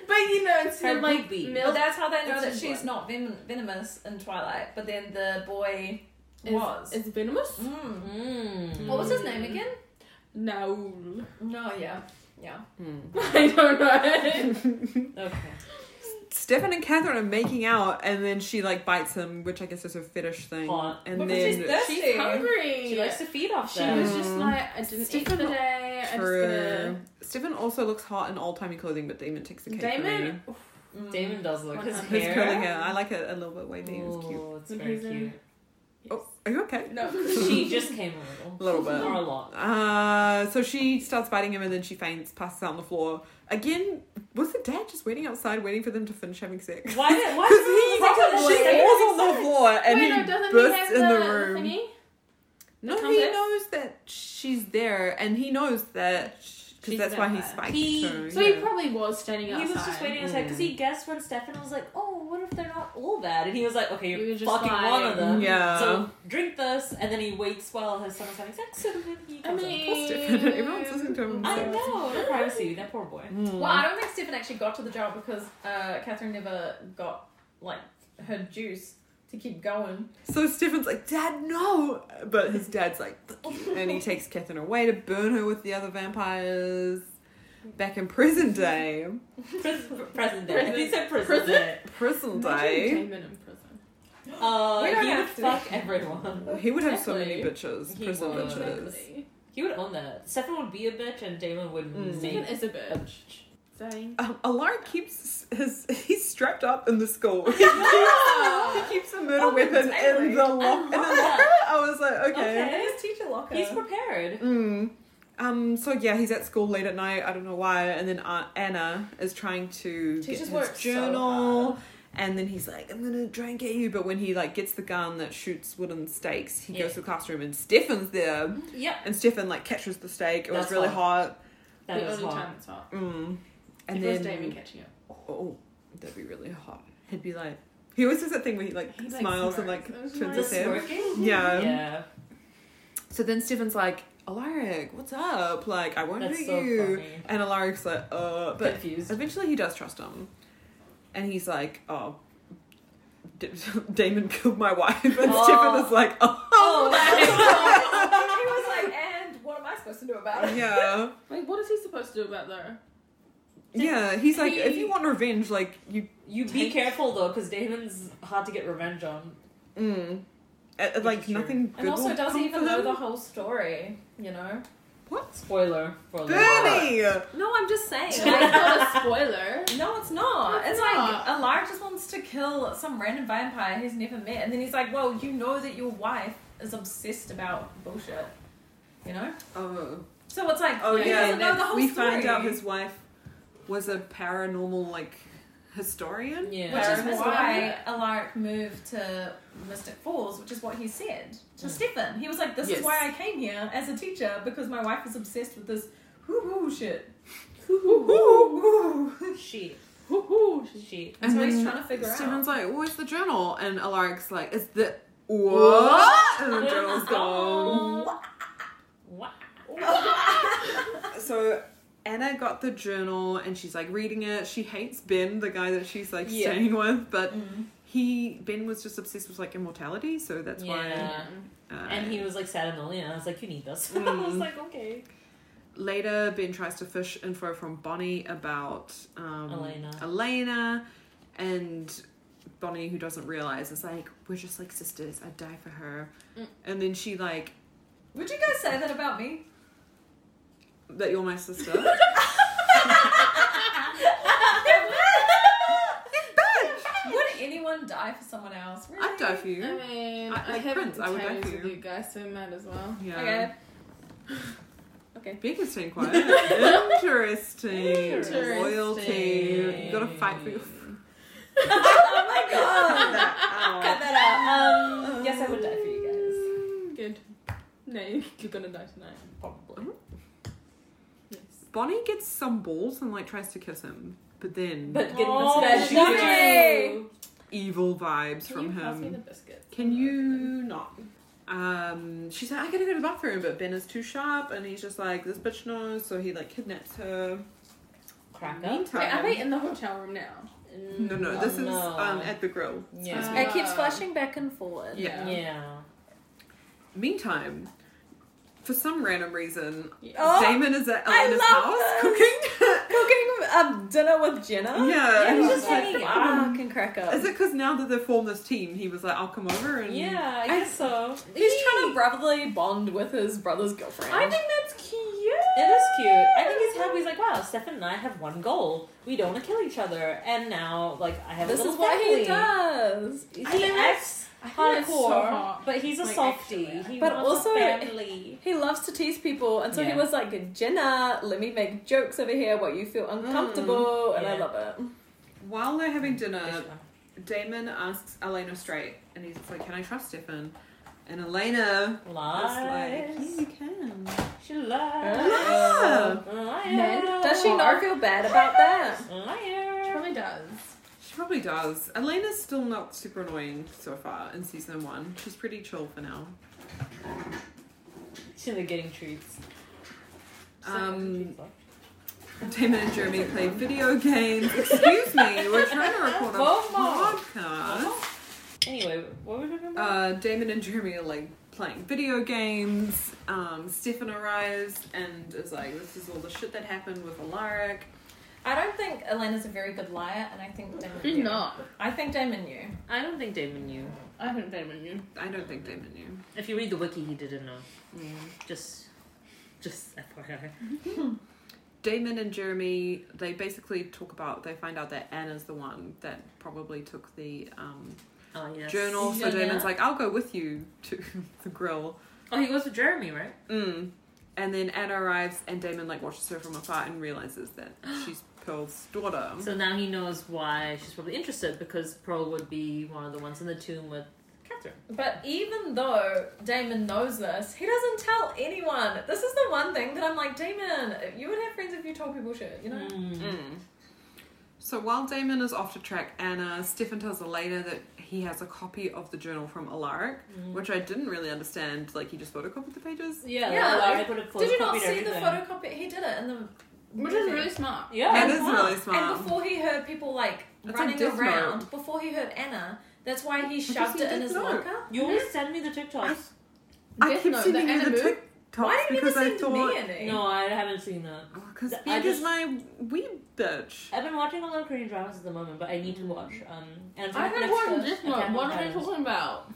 S5: But you know, instead
S3: Her
S5: of like
S3: boobie.
S4: But
S5: milk,
S4: that's how they know
S5: It's
S4: that
S5: just
S4: she's
S5: one.
S4: not ven- venomous in Twilight. But then the boy
S5: Is-
S4: was.
S5: it's venomous.
S4: Mm.
S3: Mm.
S4: What was his name again?
S5: No,
S4: No, yeah, yeah.
S5: I don't know.
S3: Okay.
S1: Stefan and Catherine are making out, and then she like bites him, which I guess is her fetish thing.
S3: Hot.
S1: And
S4: Because
S1: then
S4: she's thirsty.
S5: She's hungry.
S3: She likes to feed off
S5: She
S3: them.
S5: was just like, I didn't eat
S1: Stefan-
S5: today. I'm
S1: True. Stefan also looks hot in old timey clothing, but Damon takes the
S5: just
S1: cake. for
S5: gonna.
S1: me.
S5: Damon,
S4: Mm.
S3: Damon does look his
S5: His
S1: his
S3: hair.
S1: curly hair. I like it a little bit wavy. It's cute.
S3: Ooh, it's
S5: And
S3: very
S5: he's in-
S3: cute.
S1: Oh, are you okay?
S5: no.
S3: she just came a little.
S1: A little bit.
S3: Or a lot.
S1: Uh, so she starts biting him, and then she faints, passes out on the floor. Again, was the dad just waiting outside, waiting for them to finish having sex?
S3: Why did why
S1: Because he
S3: did
S1: she falls on the floor and
S5: Wait,
S1: he
S5: no, doesn't he
S1: bursts
S5: have
S1: in the,
S5: the
S1: room.
S5: thingy?
S1: no,
S5: the
S1: he
S5: compass?
S1: knows that she's there, and he knows that because
S5: She's
S1: that's
S5: a
S1: why he
S5: vampire.
S1: spiked
S3: He-
S1: her.
S5: So
S1: yeah.
S5: he probably was standing
S3: He
S5: outside.
S3: was just waiting outside because
S5: Mm.
S3: he guessed when Stefan was like, "Oh, what if they're not all bad?" And he was like, "Okay,
S5: He
S3: you're
S5: was just
S3: fucking
S5: like-
S3: one of them."
S1: Yeah.
S3: So drink this, and then he waits while his son is having sex, and then he
S5: I
S3: comes in.
S5: mean,
S1: Everyone's listening to him.
S3: I don't know. the privacy. That poor boy.
S1: Mm.
S4: Well, I don't think Stefan actually got to the job because uh, Catherine never got like her juice to keep going.
S1: So Stefan's like, Dad, no! But his dad's like, "Fuck you." and he takes Catherine away to burn her with the other vampires. Back in prison day.
S3: Prison, present day.
S5: Prison-
S3: Prison. He said prison.
S5: prison?
S3: day.
S1: Prison
S5: Imagine
S1: day.
S5: Damon in prison.
S3: Uh,
S4: We don't
S3: he would
S4: have to.
S3: fuck everyone.
S1: He would have so many
S5: Exactly.
S1: bitches.
S3: He
S1: prison
S3: would.
S1: bitches.
S3: He would own that. Stefan would be a bitch, and Damon would
S1: Mm.
S3: make
S5: Stephen is a bitch. Dang.
S1: Um, Alara keeps his. He's strapped up in the school. He keeps, he keeps a murder
S3: Oh,
S1: weapon in
S3: exactly.
S1: the lock. In the
S3: Uh-huh.
S1: locker. I was like, okay.
S4: And his teacher locker.
S3: He's prepared.
S1: Mm. Um. So yeah, he's at school late at night. I don't know why. And then Aunt Anna is trying to
S4: Teachers
S1: get
S4: work
S1: his
S4: so
S1: journal. and then he's like, "I'm gonna try and get you," but when he like gets the gun that shoots wooden stakes, he
S3: Yeah.
S1: goes to the classroom and Stefan's there,
S3: Yep.
S1: and Stefan like catches the stake. It was
S3: That's
S1: really hot.
S3: That
S5: the
S3: is
S5: only
S3: hot.
S5: time it's hot.
S1: Mm.
S5: And
S1: And
S5: it
S1: then
S5: was Damon catching up.
S1: oh, that'd be really hot. He'd be like, he always does that thing where he like
S5: He, like,
S1: smiles and
S5: smirks.
S1: like
S5: It was
S1: turns
S5: nice.
S1: his
S5: The
S1: head.
S3: smirking?
S1: Yeah.
S3: Yeah.
S1: So then Stefan's like, Alaric, what's up? Like, I won't
S3: That's
S1: hurt
S3: so
S1: you.
S3: funny.
S1: And Alaric's like, uh, but
S3: Confused.
S1: eventually he does trust him. And he's like, oh, D- Damon killed my wife. And
S3: Oh.
S1: Stefan is like, oh,
S4: he was like, and what am I supposed to do about it?
S1: yeah.
S5: Like, what is he supposed to do about that?
S1: Yeah, he's like, if you want revenge, like, you
S3: You be
S1: Take-
S3: careful though, because Damon's hard to get revenge on.
S1: Mm. Uh, uh, like
S3: Sure.
S1: nothing good.
S4: And also
S1: will
S4: doesn't
S1: come
S4: even
S1: for
S4: know
S1: them.
S4: the whole story, you know?
S1: what?
S3: Spoiler for
S1: Bernie.
S4: No, I'm just saying.
S5: That's
S4: like-
S5: not a spoiler.
S4: No, it's not.
S5: No,
S4: It's,
S5: it's
S4: like Alara just wants to kill some random vampire he's never met, and then he's like, "Well, you know that your wife is obsessed about bullshit, you know."
S1: Oh,
S4: So it's like,
S1: oh
S4: he
S1: yeah.
S4: doesn't know the whole
S1: we
S4: story.
S1: find out his wife was a paranormal like historian.
S3: Yeah.
S4: which is
S5: Paranormal.
S4: why Alaric moved to Mystic Falls, which is what he said to
S3: Mm.
S4: Stefan. He was like, "This
S1: Yes.
S4: is why I came here as a teacher because my wife is obsessed with this hoo hoo shit."
S3: she.
S5: Woohoo!
S3: She.
S4: That's
S1: And
S4: what he's
S1: then
S4: trying to figure out.
S1: Steven's like, "Where's the journal?" And Alaric's like, "It's the what?" And the journal's
S3: Oh
S1: gone.
S3: What?
S1: so Anna got the journal and she's like reading it. She hates Ben, the guy that she's like
S5: Yeah.
S1: staying with, but
S4: Mm.
S1: he Ben was just obsessed with like immortality, so that's
S3: Yeah.
S1: why. Uh,
S3: And he was like sad and lonely, and I was like, you need this. I was
S1: Mm.
S3: like, okay.
S1: later Ben tries to fish info from Bonnie about um,
S3: Elena.
S1: Elena, and Bonnie, who doesn't realize, is like, "We're just like sisters. I'd die for her."
S5: Mm.
S1: And then she like,
S4: Would you guys say that about me?
S1: "That you're my sister."
S4: Would anyone die for someone else? Really?
S1: I'd die for
S5: I
S1: you.
S5: mean,
S1: I-
S5: I,
S1: like
S5: haven't
S1: Prince, I would die
S5: tagged
S1: for
S5: with
S1: you.
S5: you guys, so mad as well.
S1: Yeah.
S4: Okay.
S1: Ben was staying quiet. Interesting.
S5: Interesting.
S1: Loyalty. You gotta fight for your.
S4: oh my god. Cut that out. Um, yes, I would die for you guys.
S5: Good. No, you're gonna die tonight.
S3: Probably.
S5: Yes.
S1: Bonnie gets some balls and like tries to kiss him, but then
S3: But getting
S4: Oh,
S3: the special.
S4: lovely.
S1: evil vibes
S5: Can
S1: from
S5: you pass me the
S1: him.
S5: biscuit?
S1: Can you not? Um, she's like, I gotta go to the bathroom, but Ben is too sharp, and he's just like, this bitch knows, so he like kidnaps her.
S3: Cracker?
S1: Meantime-
S5: Wait, are they in the hotel room now?
S1: No, no, this is
S3: Oh, No.
S1: um at the grill.
S3: Yeah.
S5: Excuse
S4: It keeps
S5: Wow.
S4: flashing back and forward.
S5: Yeah.
S3: Uh, Yeah.
S1: Meantime, for some random reason,
S4: Oh,
S1: Damon is at
S4: I
S1: Elena's
S4: love
S1: house
S4: this.
S1: cooking.
S4: Cooking um, dinner with Jenna.
S1: Yeah,
S4: And
S1: he's
S4: he's
S1: just
S4: just like,
S3: hanging
S4: ah, can crack up.
S1: is it because now that they've formed this team, he was like, I'll come over and
S3: Yeah, I guess so.
S4: He's trying to brotherly bond with his brother's girlfriend.
S3: I think that's cute. It is cute. I think he's happy. He's like, wow, Stefan and I have one goal. We don't want to kill each other. And now, like, I have
S4: this
S3: a
S4: is
S3: little
S4: what
S3: family.
S4: he does.
S3: He
S5: think
S3: acts
S5: I think
S3: hardcore,
S5: that's so hot.
S3: but he's a
S5: Like,
S3: softie.
S5: actually.
S3: He
S4: But
S3: wants
S4: also-
S3: a family.
S4: He loves to tease people, and so
S3: Yeah.
S4: he was like, Jenna, let me make jokes over here where you feel uncomfortable, and I
S3: Yeah.
S4: love it.
S1: while they're having dinner, Damon asks Elena straight, and he's like, "Can I trust Stefan?" And Elena is like,
S3: Lies.
S1: "Yeah, you can."
S3: She lies. Ah.
S1: Yeah.
S3: Liar.
S4: Does she not feel bad about that?
S5: She
S3: Liar.
S5: probably does.
S1: She probably does. Elena's still not super annoying so far in season one. She's pretty chill for now.
S3: She's like getting treats.
S1: Um, Damon and Jeremy play video games. Excuse me, we're trying to record a
S3: Momo.
S1: podcast.
S3: Anyway, what were we talking about?
S1: Uh, Damon and Jeremy are like playing video games. Um, Stefan arrives and is like, "This is all the shit that happened with Alaric."
S4: I don't think Elena's a very good liar, and I think Damon
S5: She's
S4: knew.
S5: not.
S4: I think Damon knew.
S3: I don't think Damon knew.
S5: I haven't been with you.
S1: I don't think Damon knew.
S3: If you read the wiki, he didn't know. Just, just FYI.
S1: Damon and Jeremy, they basically talk about. They find out that Anna's the one that probably took the um,
S3: Oh yes.
S1: journal. So
S5: Yeah.
S1: Damon's like, "I'll go with you to the grill."
S3: Oh, he goes with Jeremy, right?
S1: Mm. And then Anna arrives, and Damon like watches her from afar and realizes that she's Pearl's daughter.
S3: So now he knows why she's probably interested because Pearl would be one of the ones in the tomb with Catherine.
S4: But even though Damon knows this, he doesn't tell anyone. This is the one thing that I'm like, Damon, you would have friends if you told people shit, you know?
S1: Mm. So while Damon is off to track Anna, Stefan tells Elena that he has a copy of the journal from Alaric, which I didn't really understand. Like he just photocopied the pages.
S3: Yeah,
S2: Yeah,
S3: like,
S2: like,
S3: I would have
S4: Did you not
S3: photocopied
S4: see the
S3: everything.
S4: photocopy? He did it in the.
S5: Which is really smart.
S3: Yeah,
S1: it is really smart.
S4: And before he heard people like
S1: That's on
S4: running
S1: Death Note.
S4: around, before he heard Anna, that's why he shoved
S1: in
S4: it in
S1: Death
S4: his
S1: Note.
S4: locker.
S3: you always send me the TikToks.
S1: I
S5: Death
S1: keep
S5: Note,
S1: sending
S5: the
S1: you the
S5: anime.
S4: Why
S1: TikToks
S4: did you
S1: because
S4: ever
S1: I
S4: send to me
S1: thought
S4: any?
S3: No, I haven't seen that.
S1: because
S3: I
S1: Big is
S3: just-
S1: my weeb bitch.
S3: I've been watching a lot of Korean dramas at the moment, but I need to watch. Um, and
S5: I
S3: next
S5: had one
S3: to
S5: just now.
S3: Attack
S5: What
S3: on
S5: are we
S3: Titans.
S5: talking about?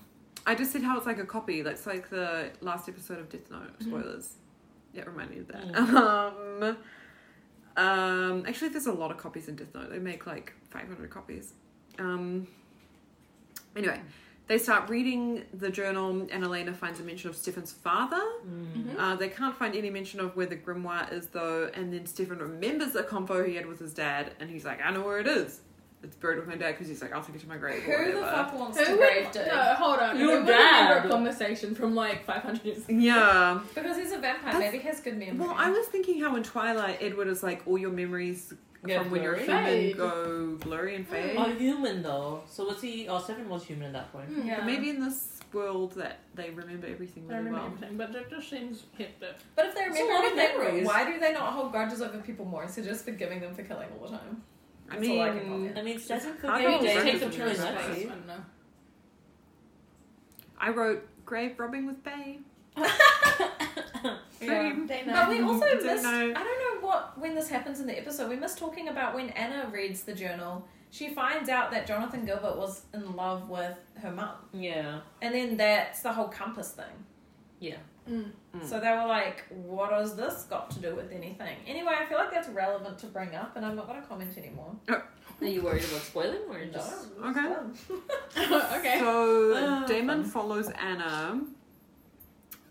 S1: I just said how it's like a copy. That's like the last episode of Death Note.
S5: Mm-hmm.
S1: Spoilers. Yeah, it reminded me of that.
S5: Mm.
S1: Um, um, actually, there's a lot of copies in Death Note. They make like 500 copies. Um, anyway, they start reading the journal, and Elena finds a mention of Stefan's father.
S3: Mm.
S1: Uh, they can't find any mention of where the grimoire is, though. And then Stefan remembers a convo he had with his dad, and he's like, "I know where it is. It's buried with my dad." Because he's like, "I'll take it to my grave." or
S4: Who the
S1: whatever."
S4: fuck wants
S5: Who
S4: to
S5: would-
S4: grave dig?
S5: No, hold on.
S3: Your
S5: Who would remember
S3: dad.
S5: a conversation from like 500 years ago?
S1: Yeah.
S4: Because he's a vampire,
S1: That's-
S4: maybe he has good memory.
S1: Well, I was thinking how in Twilight, Edward is like all your memories
S3: Get
S1: from when you're a
S3: blurry.
S1: human
S5: Fade.
S1: go blurry and fade.
S3: Oh, human though. So was he? Oh, Stefan was human at that point.
S4: yeah.
S1: But maybe in this world that they remember everything
S5: I
S1: really
S5: remember
S1: well.
S5: everything, but that just seems hectic.
S4: But if they
S3: It's a
S4: remember
S3: lot of
S4: everything,
S3: memories.
S4: why do they not hold grudges over people more instead of just forgiving them for killing all the time?
S1: I
S4: That's all I can
S1: mean,
S4: comment.
S3: I mean, Stefan
S1: I
S3: forgave
S1: don't
S3: James
S1: remember
S5: take
S1: the
S5: them
S3: was
S5: to
S1: really
S5: his
S1: nice.
S5: face. I
S3: Nazi.
S5: don't know.
S1: I wrote grave robbing with Bay. Same.
S4: But we also
S1: Don't
S4: missed.
S1: know.
S4: I don't know what when this happens in the episode. We missed talking about when Anna reads the journal. She finds out that Jonathan Gilbert was in love with her mum,
S3: Yeah,
S4: and then that's the whole compass thing.
S3: yeah.
S1: Mm.
S4: So they were like, "What has this got to do with anything?" Anyway, I feel like that's relevant to bring up, and I'm not going to comment anymore.
S3: Are you worried about spoiling or
S4: No,
S3: just?
S4: it's
S1: Okay.
S4: done.
S5: okay.
S1: So
S3: Uh,
S1: Damon follows Anna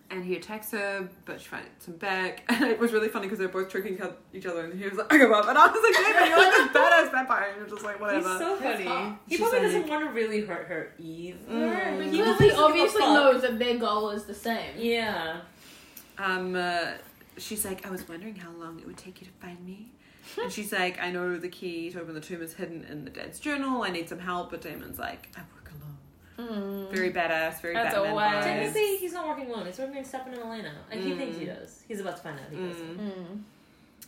S1: and he attacks her, but she fights him back. And it was really funny because they were both tricking co- each other and he was like, okay, Bob. And I was like, Damon, you're like this badass vampire. And you're just like, whatever.
S3: He's so funny. He
S1: She's
S3: probably
S1: like-
S3: doesn't want to really hurt her either.
S1: Mm.
S3: But
S5: Because
S3: doesn't
S5: he
S3: give a
S5: obviously
S3: fuck.
S5: knows that their goal is the same.
S3: Yeah.
S1: um, uh, she's like, I was wondering how long it would take you to find me. And she's like, I know the key to open the tomb is hidden in the dad's journal. I need some help. But Damon's like, I work alone.
S4: Hmm.
S1: Very badass, very
S5: That's
S1: Batman
S5: a wag.
S1: vibes.
S3: Technically, he's not working alone. He's working with Stefan and Elena. And he thinks he
S1: Mm.
S3: does. He's about to find out he does.
S1: Mm.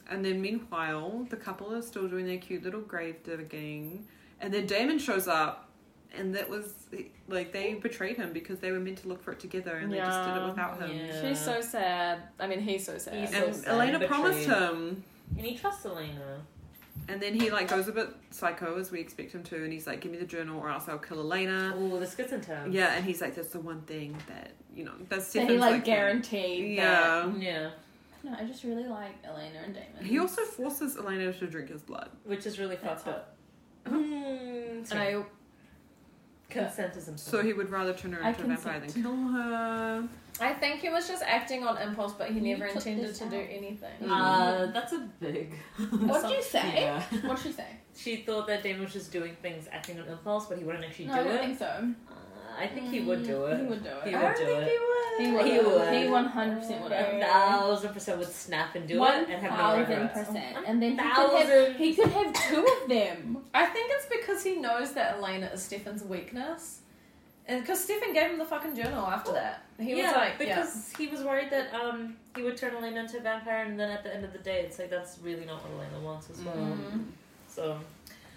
S1: And then meanwhile, the couple are still doing their cute little grave digging. And then Damon shows up. And that was like they betrayed him because they were meant to look for it together and they just did
S5: Yeah.
S1: it without him.
S3: Yeah.
S5: She's so sad. I mean, he's so sad.
S3: He's-
S1: And
S3: So sad,
S1: Elena
S3: betrayed.
S1: promised him
S3: And he trusts Elena.
S1: And then he like goes a bit psycho as we expect him to, and he's like, "Give me the journal, or else I'll kill Elena."
S3: Oh, this gets intense.
S1: Yeah, and he's like, "That's the one thing that you know that's
S5: so he
S1: Stefan's,
S5: like, guaranteed.
S1: Yeah.
S5: That.
S3: Yeah.
S5: No, I just really like Elena and Damon.
S1: He also forces Elena to drink his blood.
S3: Which is really
S5: That's
S3: fucked up. Mm,
S5: and I
S3: consent is important.
S1: So he would rather turn her
S5: I
S1: into a vampire than
S5: consent.
S1: kill her.
S4: I think he was just acting on impulse, but he
S5: You
S4: never
S5: took
S4: intended
S5: this
S4: to do
S5: out.
S4: anything.
S3: Uh, that's a big.
S5: What'd you say?
S3: Yeah.
S5: What'd she say?
S3: She thought that Damon was just doing things acting on impulse, but he wouldn't actually
S5: No,
S3: do
S5: I don't
S3: it.
S5: think so. Mm.
S3: Uh, I think he would do it.
S5: He would do it.
S3: He
S4: I
S3: would
S4: don't
S3: do
S4: think
S3: it.
S4: he
S5: He
S4: would.
S5: would.
S3: He would.
S5: He 100% would.
S3: A thousand percent would snap and do it and have no
S5: thousand
S3: regrets.
S5: percent. And then he could,
S3: Thousand.
S5: have, he could have two of them.
S4: I think it's because he knows that Elena is Stefan's weakness. And because Stefan gave him the fucking journal after that. He
S3: yeah,
S4: was like, yeah.
S3: because he was worried that um he would turn Elena into a vampire, and then at the end of the day, it's like that's really not what Elena wants as well.
S1: Mm-hmm.
S5: Mm-hmm.
S3: So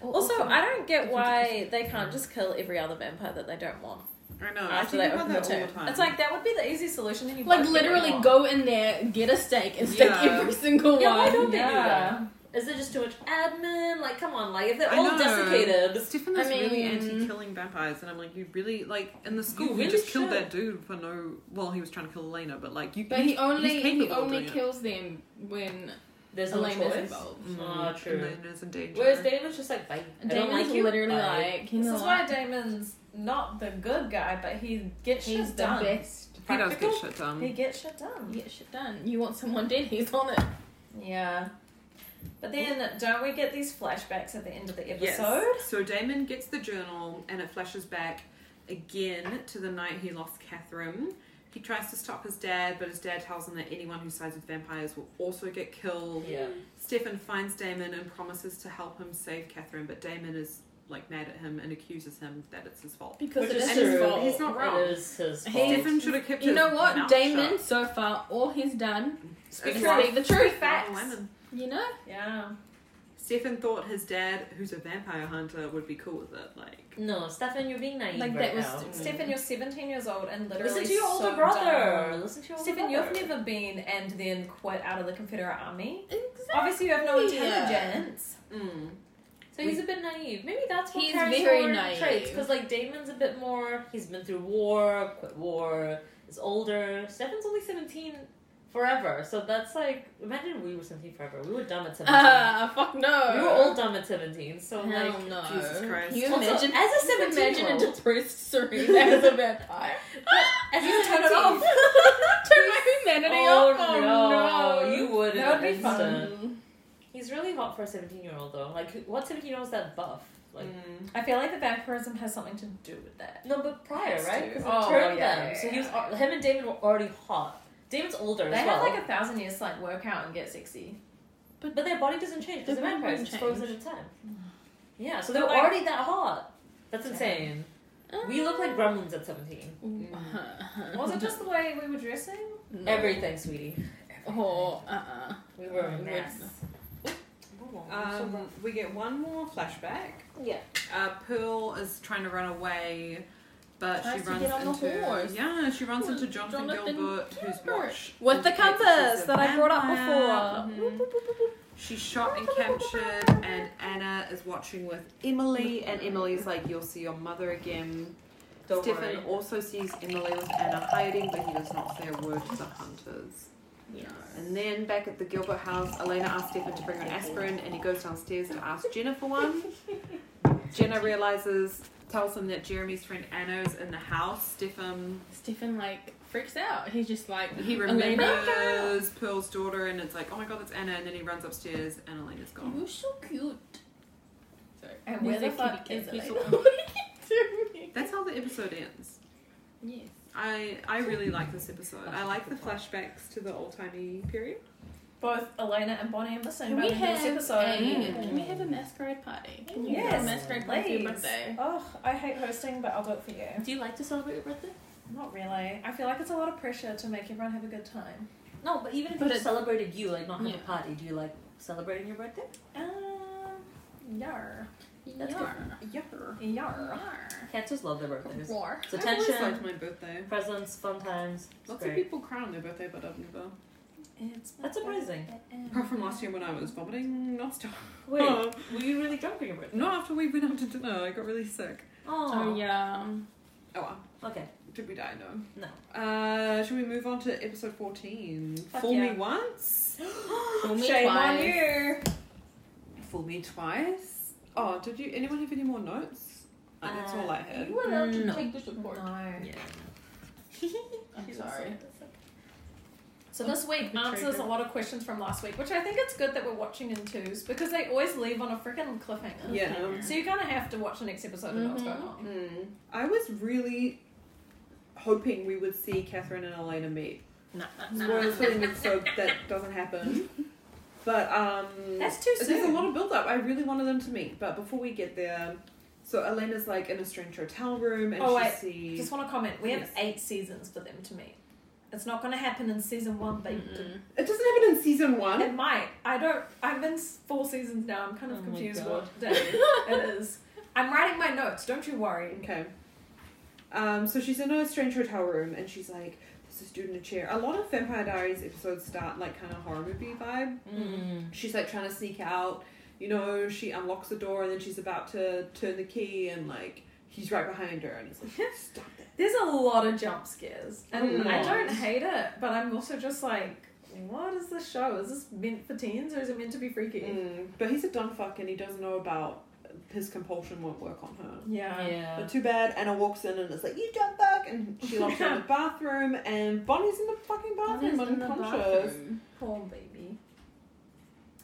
S4: Also, I don't get why they can't just kill every other vampire that they don't want.
S1: I know. I
S4: After
S1: think
S4: they
S1: about
S4: open
S1: that
S4: the
S1: all the
S4: tomb.
S1: time.
S4: It's like, that would be the easy solution. And you
S5: like
S4: both get
S5: literally
S4: what you
S5: go in there, get a steak, and steak
S1: Yeah.
S5: every single
S3: yeah, why
S5: one.
S3: don't they do
S4: Yeah.
S3: that? Is it just too much admin? Like, come on, like if they're
S1: I
S3: all
S1: know.
S3: desiccated,
S1: Stefan
S5: I
S1: is really
S5: mean-
S1: anti-killing vampires, and I'm like, you really like in the school you,
S3: really
S1: just killed
S3: should.
S1: that dude for no. Well, he was trying to kill Elena, but like you.
S5: But he
S1: he's
S5: only he
S1: capable of
S5: only
S1: doing it.
S5: kills them when
S3: there's no
S5: Elena's
S3: choice.
S5: involved.
S1: Mm,
S3: Ah, true.
S1: Elena's in danger.
S3: Whereas Damon's just like bye. I don't
S5: Damon's
S3: like you.
S5: literally
S3: Bye.
S5: like, you
S4: This
S5: know
S4: is
S5: what?
S4: why Damon's not the good guy, but he gets
S5: he's
S4: shit
S5: the
S4: done.
S5: best.
S1: he does
S3: practical.
S1: get shit done.
S4: He gets shit done.
S5: Get shit done. You want someone dead? He's on it.
S4: Yeah. But then, don't we get these flashbacks at the end of the episode?
S1: So Damon gets the journal and it flashes back again to the night he lost Catherine. He tries to stop his dad, but his dad tells him that anyone who sides with vampires will also get killed.
S3: Yeah.
S1: Stefan finds Damon and promises to help him save Catherine, but Damon is like mad at him and accuses him that it's his fault.
S5: Because
S3: Which
S5: it
S3: is
S5: is
S1: his
S5: his
S3: true.
S5: fault.
S1: He's not wrong.
S3: It is his fault.
S5: He-
S1: Stefan should have kept
S5: You
S1: his
S5: know what,
S1: mouth
S5: Damon?
S1: shut.
S5: So far, all he's done
S1: It's
S5: is speak the truth.
S1: Facts.
S5: You know,
S4: Yeah.
S1: Stefan thought his dad, who's a vampire hunter, would be cool with it. Like,
S3: No, Stefan, you're being naive
S5: Like, that
S3: right
S5: was-
S3: now.
S4: Stefan, you're 17 years old and literally.
S3: Listen to your older
S4: so
S3: brother.
S4: dumb.
S3: Listen to your older
S4: Stefan,
S3: brother.
S4: you've never been and then quit out of the Confederate Army.
S5: exactly.
S4: Obviously, you have no
S5: Yeah.
S4: intelligence.
S1: mm.
S3: So he's a bit naive. Maybe that's what
S5: He's
S3: carries
S5: very
S3: forward
S5: naive.
S3: traits. Because like Damon's a bit more. He's been through war, quit war, is older. Stefan's only seventeen forever. So that's like imagine we were seventeen forever. We were dumb at seventeen.
S5: Ah, fuck no.
S3: we were all dumb at seventeen. So
S5: Hell
S3: like
S5: no.
S1: Jesus Christ.
S5: Can you
S3: Also,
S5: imagine
S3: as a
S5: can you imagine
S3: 17-year-old
S5: a depressed Serena as a vampire?
S3: as
S4: You
S3: a
S4: turn it
S3: 17
S4: off.
S5: Turn my humanity
S3: Oh,
S5: off. Oh
S3: no.
S5: no.
S3: you would. in
S4: That
S3: an
S4: would be fun.
S3: instant. He's really hot for a seventeen-year-old though. Like who- what seventeen-year-old is that buff? Like
S1: Mm.
S4: I feel like the vampirism has something to do with that.
S3: No, but prior,
S4: Has
S3: right?
S4: to.
S3: Because
S4: Oh,
S3: it turned
S4: yeah,
S3: them.
S4: yeah,
S3: So he was
S4: yeah.
S3: him and David were already hot. David's older
S4: They
S3: as
S4: have
S3: well.
S4: like a thousand years to like work out and get sexy.
S3: but their body doesn't change because
S5: Their
S3: they're
S5: body
S3: vampires. It's
S5: doesn't
S3: frozen in time. Yeah, so
S4: But
S3: they're
S4: like-
S3: already that hot. That's
S4: Yeah.
S3: insane. We look like gremlins at seventeen.
S5: mm.
S1: mm.
S4: Was it just the way we were dressing?
S5: uh-huh. No.
S3: Everything, sweetie.
S5: Oh, uh-uh.
S3: We were
S4: Oh,
S3: we were-
S4: yes.
S3: Oh, I'm so
S1: Um,
S3: wrong.
S1: we get one more flashback.
S3: Yeah.
S1: Uh, Pearl is trying to run away, but
S5: Tries
S1: she
S5: to
S1: runs
S5: get on the
S1: into
S5: horse.
S1: yeah, she runs into Jonathan,
S5: Jonathan
S1: Gilbert, who's watch
S5: With the
S1: indicates he's
S5: compass
S1: a
S5: that I brought up
S1: vampire.
S5: before.
S1: Mhm. She's shot and captured, and Anna is watching with Emily, and Emily's like, "You'll see your mother again."
S3: Don't
S1: Stefan
S3: worry.
S1: also sees Emily with Anna hiding, but he does not say a word to the hunters. And then back at the Gilbert house, Elena asks Stefan to bring her an aspirin, and he goes downstairs to ask Jenna for one. Jenna realizes, tells him that Jeremy's friend Anna's in the house. Stefan,
S5: Stefan like freaks out. He's just like
S1: he
S5: Elena?
S1: remembers Pearl's daughter, and it's like, oh my god, that's Anna. And then he runs upstairs, and Elena's gone.
S5: You're so cute. Sorry.
S4: And where the
S5: He's like,
S4: fuck
S5: "Kitty,
S4: is
S5: kitty,
S4: it?"
S5: kitty. What are you doing?
S1: That's how the episode ends.
S5: Yes.
S1: I I really like this episode. I like the flashbacks to the old timey period.
S4: Both Elena and Bonnie and the same
S5: Can we
S4: in this
S5: have
S4: episode.
S5: a
S1: Mm.
S5: can we have a masquerade party? Can you have
S4: Yes,
S5: a masquerade party for
S4: Please.
S5: your birthday?
S4: Oh, I hate hosting, but I'll do it for you.
S3: Do you like to celebrate your birthday?
S4: Not really. I feel like it's a lot of pressure to make everyone have a good time.
S3: No, but even if
S5: But
S3: you
S5: it-
S3: celebrated you, like not have
S5: Yeah.
S3: a party, do you like celebrating your birthday?
S4: Um, yar,
S3: That's good.
S5: Yar.
S1: Yar.
S4: yar.
S3: Cancers love their birthdays.
S5: War.
S3: It's
S1: I always liked
S3: attention,
S1: my birthday.
S3: presents, fun times. It's
S1: Lots
S3: great.
S1: of people cry on their birthday, but I've never.
S4: It's Mm.
S3: That's surprising.
S1: Apart from last year when I was vomiting nonstop.
S3: Wait,
S1: Oh.
S3: were you really drunk on your birthday?
S1: Not after we went out to dinner. I got really sick.
S5: Oh yeah.
S1: Oh well.
S3: Okay.
S1: Did we die? No.
S3: No.
S1: Uh, should we move on to episode fourteen?
S4: Fuck
S1: Fool
S4: yeah.
S1: me once.
S5: Fool me
S4: Shame on
S5: twice.
S4: you.
S1: Fool me twice. Oh, did you? Anyone have any more notes? Uh, that's all I had.
S5: You were allowed to
S3: No.
S5: take this report.
S4: No.
S3: Yeah.
S5: I'm sorry.
S4: So this week
S5: The
S4: answers
S5: trigger.
S4: a lot of questions from last week, which I think it's good that we're watching in twos because they always leave on a freaking cliffhanger.
S1: Yeah.
S4: So you kind of have to watch the next episode to know what's going on.
S1: Mm. I was really hoping we would see Catherine and Elena meet.
S5: No, no, no.
S1: Spoilers for the next episode, that doesn't happen. But um,
S4: That's too
S1: there's
S4: soon.
S1: a lot of build up. I really wanted them to meet, but before we get there, so Elena's like in a strange hotel room, and
S4: Oh,
S1: she
S4: wait.
S1: sees.
S4: Just want to comment: we have
S1: Yes.
S4: eight seasons for them to meet. It's not going to happen in season one, but
S5: Mm-mm.
S1: It doesn't happen in season one.
S4: it might. I don't. I've been s- four seasons now. I'm kind of
S3: Oh my
S4: confused
S3: God.
S4: what day it is. I'm writing my notes. Don't you worry.
S1: Okay. Um, so she's in a strange hotel room, and she's like, "There's a dude in a chair." A lot of Vampire Diaries episodes start like kind of horror movie vibe.
S3: Mm.
S1: she's like trying to sneak out you know she unlocks the door and then she's about to turn the key and like he's right behind her and it's like stop that
S4: There's a lot of jump scares, and
S1: Mm.
S4: I don't hate it, but I'm also just like, what is this show? Is this meant for teens or is it meant to be freaky?
S1: mm. but he's a dumb fuck and he doesn't know about his compulsion won't work on her
S4: Yeah.
S1: but
S3: Yeah.
S1: too bad Anna walks in and it's like you dumb fuck and she locks her in the bathroom and Bonnie's in the fucking bathroom
S5: Bonnie's in the
S1: unconscious
S5: bathroom.
S4: Poor baby.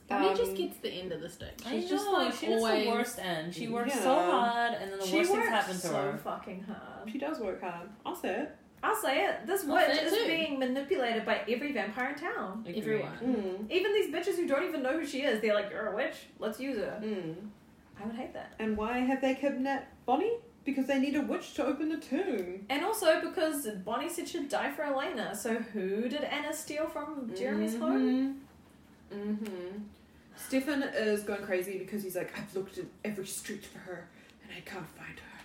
S5: Bonnie just
S1: Um,
S5: gets the end of the stick.
S3: I
S5: She's just
S3: know,
S5: like
S3: she was
S5: always.
S3: the worst end. She worked so
S1: Yeah.
S3: hard, and then the
S4: she
S3: worst
S4: worked
S3: things happened to
S4: so
S3: her.
S4: fucking hard.
S1: she does work hard I'll say it
S4: I'll say it. This
S3: Oh,
S5: I'll
S4: witch
S5: say it
S4: is
S5: too.
S4: being manipulated by every vampire in town.
S3: Agreed.
S5: Everyone.
S1: mm.
S4: Even these bitches who don't even know who she is, they're like, "You're a witch. Let's use her."
S1: Mm.
S4: I would hate that.
S1: And why have they kidnapped Bonnie? Because they need a witch to open the tomb.
S4: And also because Bonnie said she'd die for Elena, so who did Anna steal from Jeremy's home?
S1: hmm Mm-hmm. Stefan is going crazy because he's like, I've looked at every street for her and I can't find her.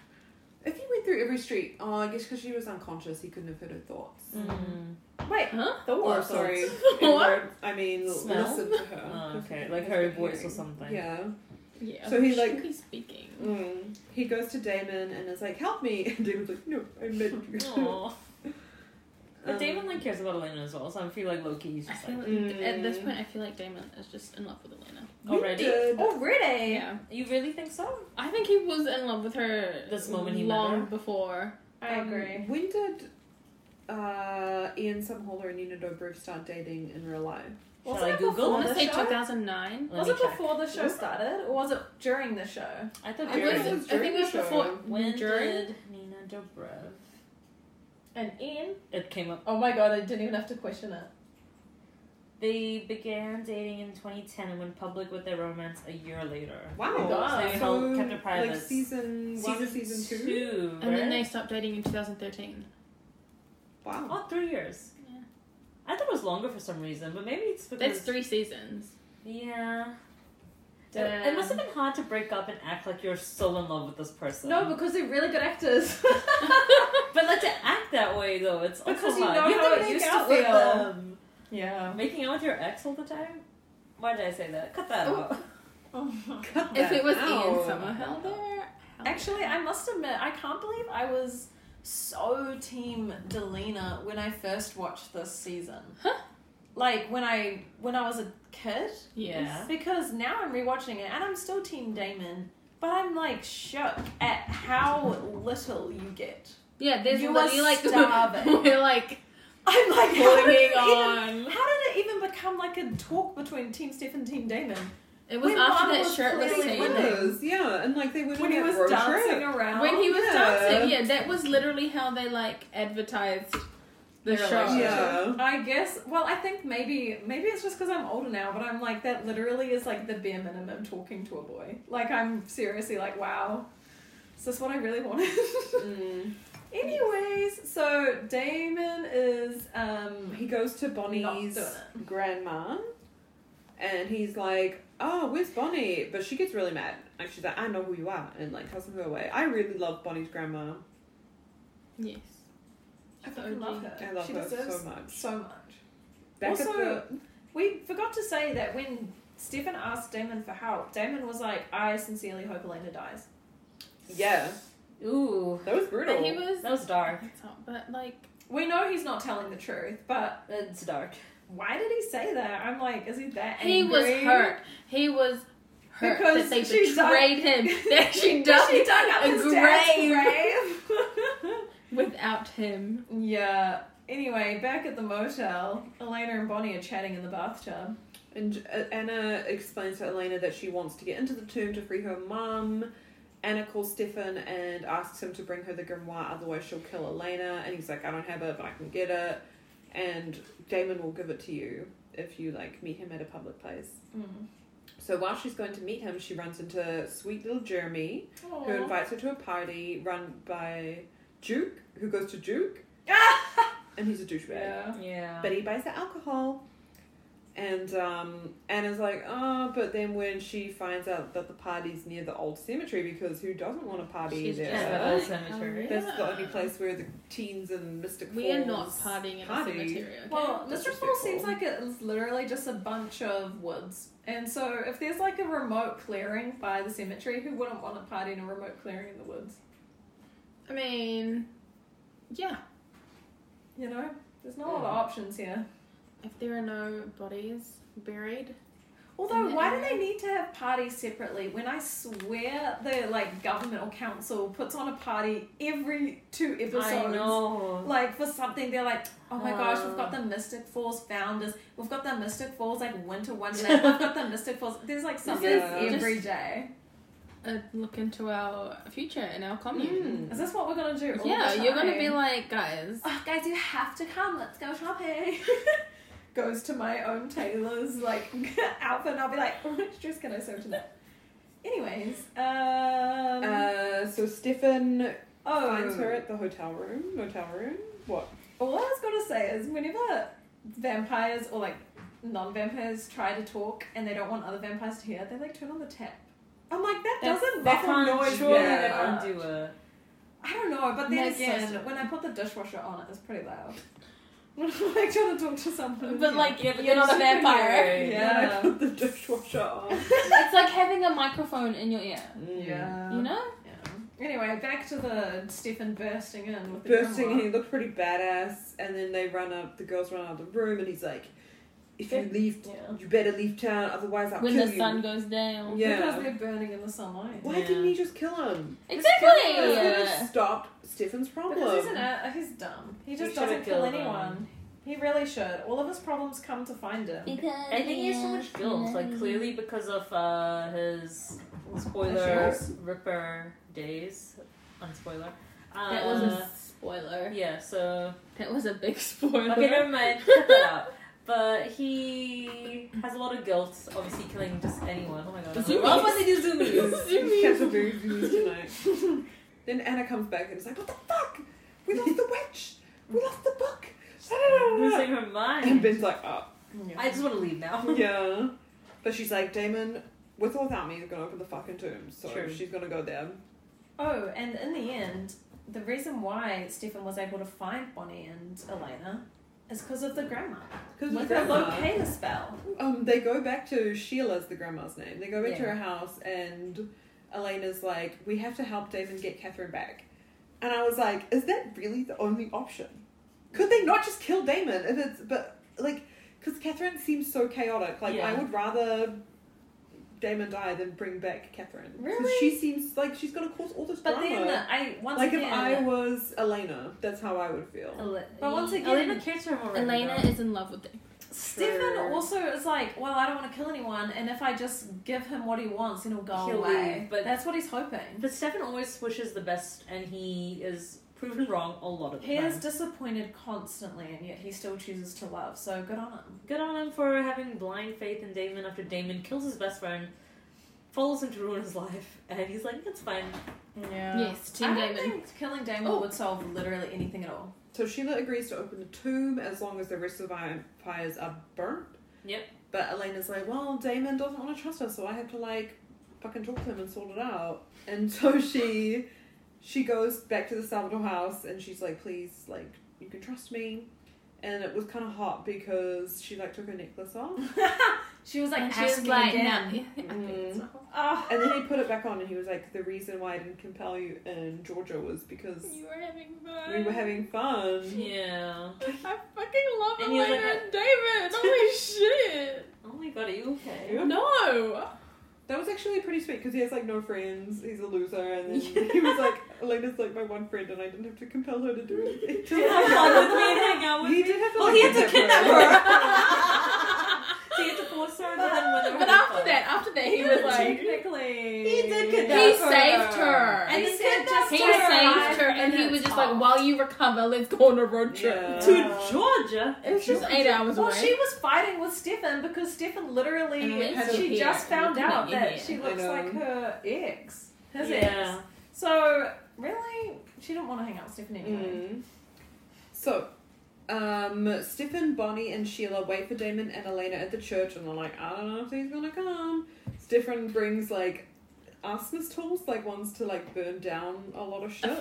S1: If he went through every street, oh, I guess because she was unconscious, he couldn't have heard her thoughts.
S3: Mm.
S4: Mm-hmm. Wait,
S3: Huh?
S4: the
S1: Or,
S4: war.
S1: sorry,
S3: Oh, What?
S1: inward- I mean,
S3: Smell?
S1: listen to her.
S3: Oh, okay,
S1: Because
S3: like
S1: of
S3: her
S1: the
S3: voice or
S1: hearing.
S3: something.
S1: Yeah.
S5: Yeah.
S1: So he, like-
S5: he's speaking.
S1: Mm. He goes to Damon and is like, "Help me!" And Damon's like, "No, I meant you."
S3: Aw. But
S1: Um,
S3: Damon like cares about Elena as well, so I feel like Loki. He's
S5: I
S3: just
S5: feel
S3: like,
S5: like,
S1: Mm.
S5: At this point, I feel like Damon is just in love with Elena.
S3: already. Oh,
S1: Good.
S4: Already?
S5: Yeah.
S3: You really think so?
S5: I think he was in love with her
S3: This moment he met
S5: long
S3: her?
S5: before.
S4: I
S1: Um,
S4: agree.
S1: When did uh, Ian Somerhalder and Nina Dobrev start dating in real life?
S3: Shall
S4: Wasn't
S3: I
S4: it
S5: I
S3: Google?
S4: before
S5: want
S4: Oh, the
S5: to say
S4: show?
S5: 2009.
S3: Let
S4: Was
S3: me
S4: it
S3: check.
S4: before the show started, or was it during the show?
S3: I thought
S5: I
S1: During
S5: think
S1: the-
S5: it
S3: Jared.
S5: was, I think it
S1: during
S5: was
S1: the
S5: before.
S1: show.
S3: When
S5: during?
S3: did Nina Dobrev?
S4: And Ian?
S3: It came up.
S4: Oh my god, I didn't even have to question it.
S3: They began dating in 2010 and went public with their romance a year later.
S1: Wow.
S4: Oh my God.
S3: So they held kept it private.
S1: Like season one, season, season two.
S3: two
S5: And then
S3: right?
S5: they stopped dating in 2013.
S1: Wow.
S3: Oh, three years.
S5: Yeah.
S3: I thought it was longer for some reason, but maybe it's because
S5: That's three seasons.
S3: Yeah. It, it must have been hard to break up and act like you're so in love with this person.
S4: No, because they're really good actors.
S3: but like to act that way though, it's also
S4: Because you
S3: hard.
S4: know
S3: you have
S4: how
S3: to
S4: it
S3: make
S4: used to
S3: out with
S4: feel.
S3: them.
S4: yeah.
S3: Making out with your ex all the time. Why did I say that? Cut that
S5: Oh.
S3: out.
S1: Cut
S5: If it was
S1: out.
S5: Ian Somerhalder.
S4: Actually, I must admit, I can't believe I was so team Delena when I first watched this season.
S5: Huh?
S4: Like when I when I was a kid,
S3: Yeah.
S4: because now I'm rewatching it and I'm still team Damon, but I'm like shook at how little you get.
S5: Yeah, there's
S4: You
S5: literally
S4: are
S5: like
S4: starving.
S5: we're like
S4: I'm like, how did, it
S5: clinging
S4: even,
S5: on.
S4: how did it even become like a talk between Team Steph and Team Damon?
S5: It was
S4: When
S5: after
S4: Lana
S5: that
S4: was
S3: Oh,
S5: shirtless
S4: clearly
S5: scene.
S4: winning.
S1: Windows, yeah, and like they went
S4: When
S1: on
S4: he
S1: that
S4: was
S1: road
S4: dancing
S1: trip.
S4: around.
S5: When he was
S1: Yeah.
S5: dancing, yeah, that was literally how they like advertised the
S4: Their
S5: show.
S4: relationship.
S1: Yeah.
S4: I guess. Well, I think maybe maybe it's just because I'm older now, but I'm like that. Literally, is like the bare minimum talking to a boy. Like I'm seriously like, wow, is this what I really wanted?
S1: Mm.
S4: Anyways, so Damon is um
S1: He goes to
S4: not doing
S1: Bonnie's
S4: it.
S1: grandma and he's like oh where's bonnie but she gets really mad like she's like i know who you are and like tells him to go away i really love bonnie's grandma
S5: Yes.
S4: I
S5: The
S4: fucking
S5: OG.
S4: love her.
S1: i love
S4: she
S1: her
S4: deserves
S1: so much
S4: so much.
S1: Back at
S4: also,
S1: the-
S4: we forgot to say that when Stefan asked Damon for help, Damon was like, "I sincerely hope Elena dies."
S1: yeah
S3: Ooh.
S1: that was brutal
S5: But he was
S3: That was dark.
S5: That's all, but like
S4: We know he's not telling the truth, but
S3: It's dark.
S4: why did he say that? I'm like, is he that angry?
S5: he was hurt. He was hurt that
S4: Because
S5: they
S4: she
S5: betrayed him. That she
S4: Does
S5: dug,
S4: she dug up
S5: a
S4: his dad's grave?
S5: without him.
S4: yeah. Anyway, back at the motel, Elena and Bonnie are chatting in the bathtub.
S1: and uh, anna explains to elena that she wants to get into the tomb to free her mum anna calls stefan and asks him to bring her the grimoire otherwise she'll kill elena and he's like i don't have it but i can get it and damon will give it to you if you like meet him at a public place
S4: Hmm.
S1: So while she's going to meet him, she runs into sweet little Jeremy, who
S4: Aw.
S1: invites her to a party run by Duke, who goes to Duke, and he's a douchebag.
S4: yeah.
S3: Yeah.
S1: But he buys the alcohol, and um, Anna's like, oh, but then when she finds out that the party's near the old cemetery, because who doesn't want a party
S5: She's
S1: there?
S5: just
S3: Yeah,
S5: like,
S3: the cemetery.
S5: "Oh,
S1: That's the
S5: yeah."
S1: only place where the teens and Mystic
S5: Um, We are
S1: Falls
S5: not partying in
S1: party.
S5: a cemetery. Okay?
S4: Well,
S1: That's
S4: Mr. Fall seems
S1: respectful.
S4: like it's literally just a bunch of woods. And so if there's like a remote clearing by the cemetery, who wouldn't want a party in a remote clearing in the woods?
S5: I mean, yeah.
S4: You know? There's not a lot of options here.
S5: If there are no bodies buried,
S4: Although,
S5: In the
S4: why do they
S5: area.
S4: need to have parties separately when I swear the like government or council puts on a party every two episodes?
S3: I know.
S4: Like for something, they're like, oh my gosh, we've got
S3: Uh.
S4: the Mystic Falls founders, we've got the Mystic Falls like Winter Wonderland, we've got the Mystic Falls. There's like something
S1: is
S4: every
S5: just-
S4: day.
S5: a uh, look into our future and our commune.
S1: Mm.
S4: Is this what we're gonna do? Oh, all
S5: Yeah,
S4: the
S5: you're gonna be
S4: time?
S5: like, guys,
S4: oh, guys, you have to come. Let's go shopping. Goes to my own tailor's like outfit, and I'll be like, which dress can I sew tonight? Anyways, um,
S1: Uh, so Stefan
S4: oh,
S1: finds her at the hotel room, motel room. What?
S4: All I was gonna say is whenever vampires or like non-vampires try to talk and they don't want other vampires to hear, they like turn on the tap. I'm like that
S3: That's-
S4: doesn't
S3: They
S4: muffle
S3: can't,
S4: noise.
S3: surely
S1: yeah.
S3: they can't do a.
S4: I don't know, but then
S2: That's so
S4: again,
S2: stupid.
S4: when I put the dishwasher on, it was pretty loud. When I'm like trying to talk to someone,
S5: But
S4: yeah.
S5: like
S3: Oh, Yeah, but
S5: you're
S3: they're
S5: not a vampire.
S3: superheroes.
S1: Yeah. I
S4: yeah,
S1: put the dishwasher on.
S5: it's like having a microphone in your ear.
S1: Uh,
S4: yeah,
S5: You know?
S4: Yeah. Anyway, back to the Stefan bursting in with the
S1: Bursting,
S4: grimoire.
S1: he looked pretty badass, and then they run up. The girls run out of the room, and he's like, "If you leave,
S5: Yeah.
S1: you better leave town, otherwise I'll
S5: When
S1: kill
S5: the
S1: you."
S5: sun goes down.
S1: Yeah.
S4: because they're burning in the sunlight.
S1: Why
S3: Yeah.
S1: didn't he just kill him?
S5: Exactly.
S1: He could
S5: Yeah.
S1: have stopped Stefan's problem.
S4: Because he's an a- he's dumb. He just
S3: should've
S4: doesn't kill
S3: killed him.
S4: anyone. He really should. All of his problems come to find him.
S3: I think he has so much guilt, like clearly because of uh, his spoiler
S1: Issues.
S3: ripper days. Unspoiler. Uh,
S5: That was a spoiler.
S3: yeah. So
S5: That was a big spoiler.
S3: okay, never mind. Cut that out. But he has a lot of guilt, obviously killing just anyone. Oh my god! I
S5: Zoomies.
S3: love when they do zoomies.
S1: He has a very zoomies tonight. then Anna comes back and is like, "What the fuck? We lost the witch. We lost the book."
S3: Losing her
S1: And
S3: mind.
S1: Ben's like, "Oh,
S4: Yeah.
S3: I just want to leave now.
S4: Um,
S1: yeah." But she's like, "Damon, with or without me, is gonna open the fucking tomb, so
S3: True.
S1: she's gonna go there."
S4: oh, and in the end, the reason why Stefan was able to find Bonnie and Elena is because of the grandma.
S1: Because
S4: With her locator spell.
S1: Um, they go back to Sheila's the grandma's name. They go back to
S3: Yeah.
S1: her house, and Elena's like, "We have to help Damon get Catherine back." And I was like, "Is that really the only option? Could they not just kill Damon? If it's but like, because Catherine seems so chaotic. Like, I
S3: Yeah.
S1: would rather Damon die than bring back Catherine. 'Cause
S4: Really?
S1: She seems like she's gonna cause all this
S4: But
S1: drama.
S4: then I once
S1: like, if
S4: again
S1: I was Elena, that's how I would feel.
S4: But once again-
S3: Elena cares for him already.
S5: Elena
S3: though.
S5: is in love with him.
S4: Stefan
S1: Sure.
S4: also is like, well, I don't want to kill anyone, and if I just give him what he wants, then he'll go
S3: He'll
S4: away.
S3: leave, but-
S4: that's what he's hoping.
S3: But Stefan always wishes the best, and he is proven wrong a lot of the
S4: He
S3: time.
S4: is disappointed constantly, and yet he still chooses to love. So good on him.
S3: Good on him for having blind faith in Damon after Damon kills his best friend, follows him to ruin his life, and he's like, it's fine.
S4: Yeah.
S5: Yes,
S4: I
S5: Team
S4: don't
S5: Damon.
S4: think killing Damon
S1: Oh.
S4: would solve literally anything at all.
S1: So Sheila agrees to open the tomb as long as the rest of the vampires are burnt.
S3: Yep.
S1: But Elena's like, well, Damon doesn't want to trust us, so I have to like fucking talk to him and sort it out. And so she she goes back to the Salvador house and she's like, please, like, you can trust me. And it was kind of hot because she like took her necklace off,
S4: She was like
S5: and
S4: asking
S5: she's like,
S4: again.
S5: no. I think it's not.
S4: Oh.
S1: and then he put it back on, and he was like, "The reason why I didn't compel you in Georgia was because
S5: You were having fun.
S1: we were having fun."
S3: Yeah.
S5: I fucking love
S3: And you're
S5: Elena
S3: like-
S5: and David. Holy shit.
S3: Oh my god, are you okay?
S5: No.
S1: That was actually pretty sweet because he has like no friends, he's a loser, and then he was like, "Elena's like my one friend, and I didn't have to compel her to do anything."
S3: Just have fun with me and hang out with
S1: He
S3: me.
S1: did have to.
S3: Oh,
S1: like,
S3: he had to kidnap her!
S5: but
S3: so he had to force her and then when they were having
S5: after
S3: fun.
S5: that, after that, he was like,
S4: technically.
S3: He did
S5: he
S3: kidnap her.
S5: saved her.
S4: And
S5: he
S4: he said just
S5: he
S4: to arrive
S5: saved her, and he
S4: minutes
S5: was just
S4: off.
S5: like, while you recover, let's go on a road trip.
S1: Yeah.
S3: To Georgia?
S5: It was just eight hours
S4: Well,
S5: away.
S4: she was fighting with Stefan because Stefan
S5: And
S4: literally,
S5: it had
S4: she
S5: her
S4: just
S5: hair, and
S4: found out
S5: looking at your
S4: that
S5: hair.
S4: she
S1: I
S4: looks
S1: know.
S4: like her ex. His
S3: yeah.
S4: ex. So, really, she didn't want to hang out with Stefan anyway.
S1: Mm. So, um, Stefan, Bonnie, and Sheila wait for Damon and Elena at the church, and they're like, I don't know if he's gonna come. Stefan brings like arsonist tools, like ones to like burn down a lot of
S5: a
S1: shit.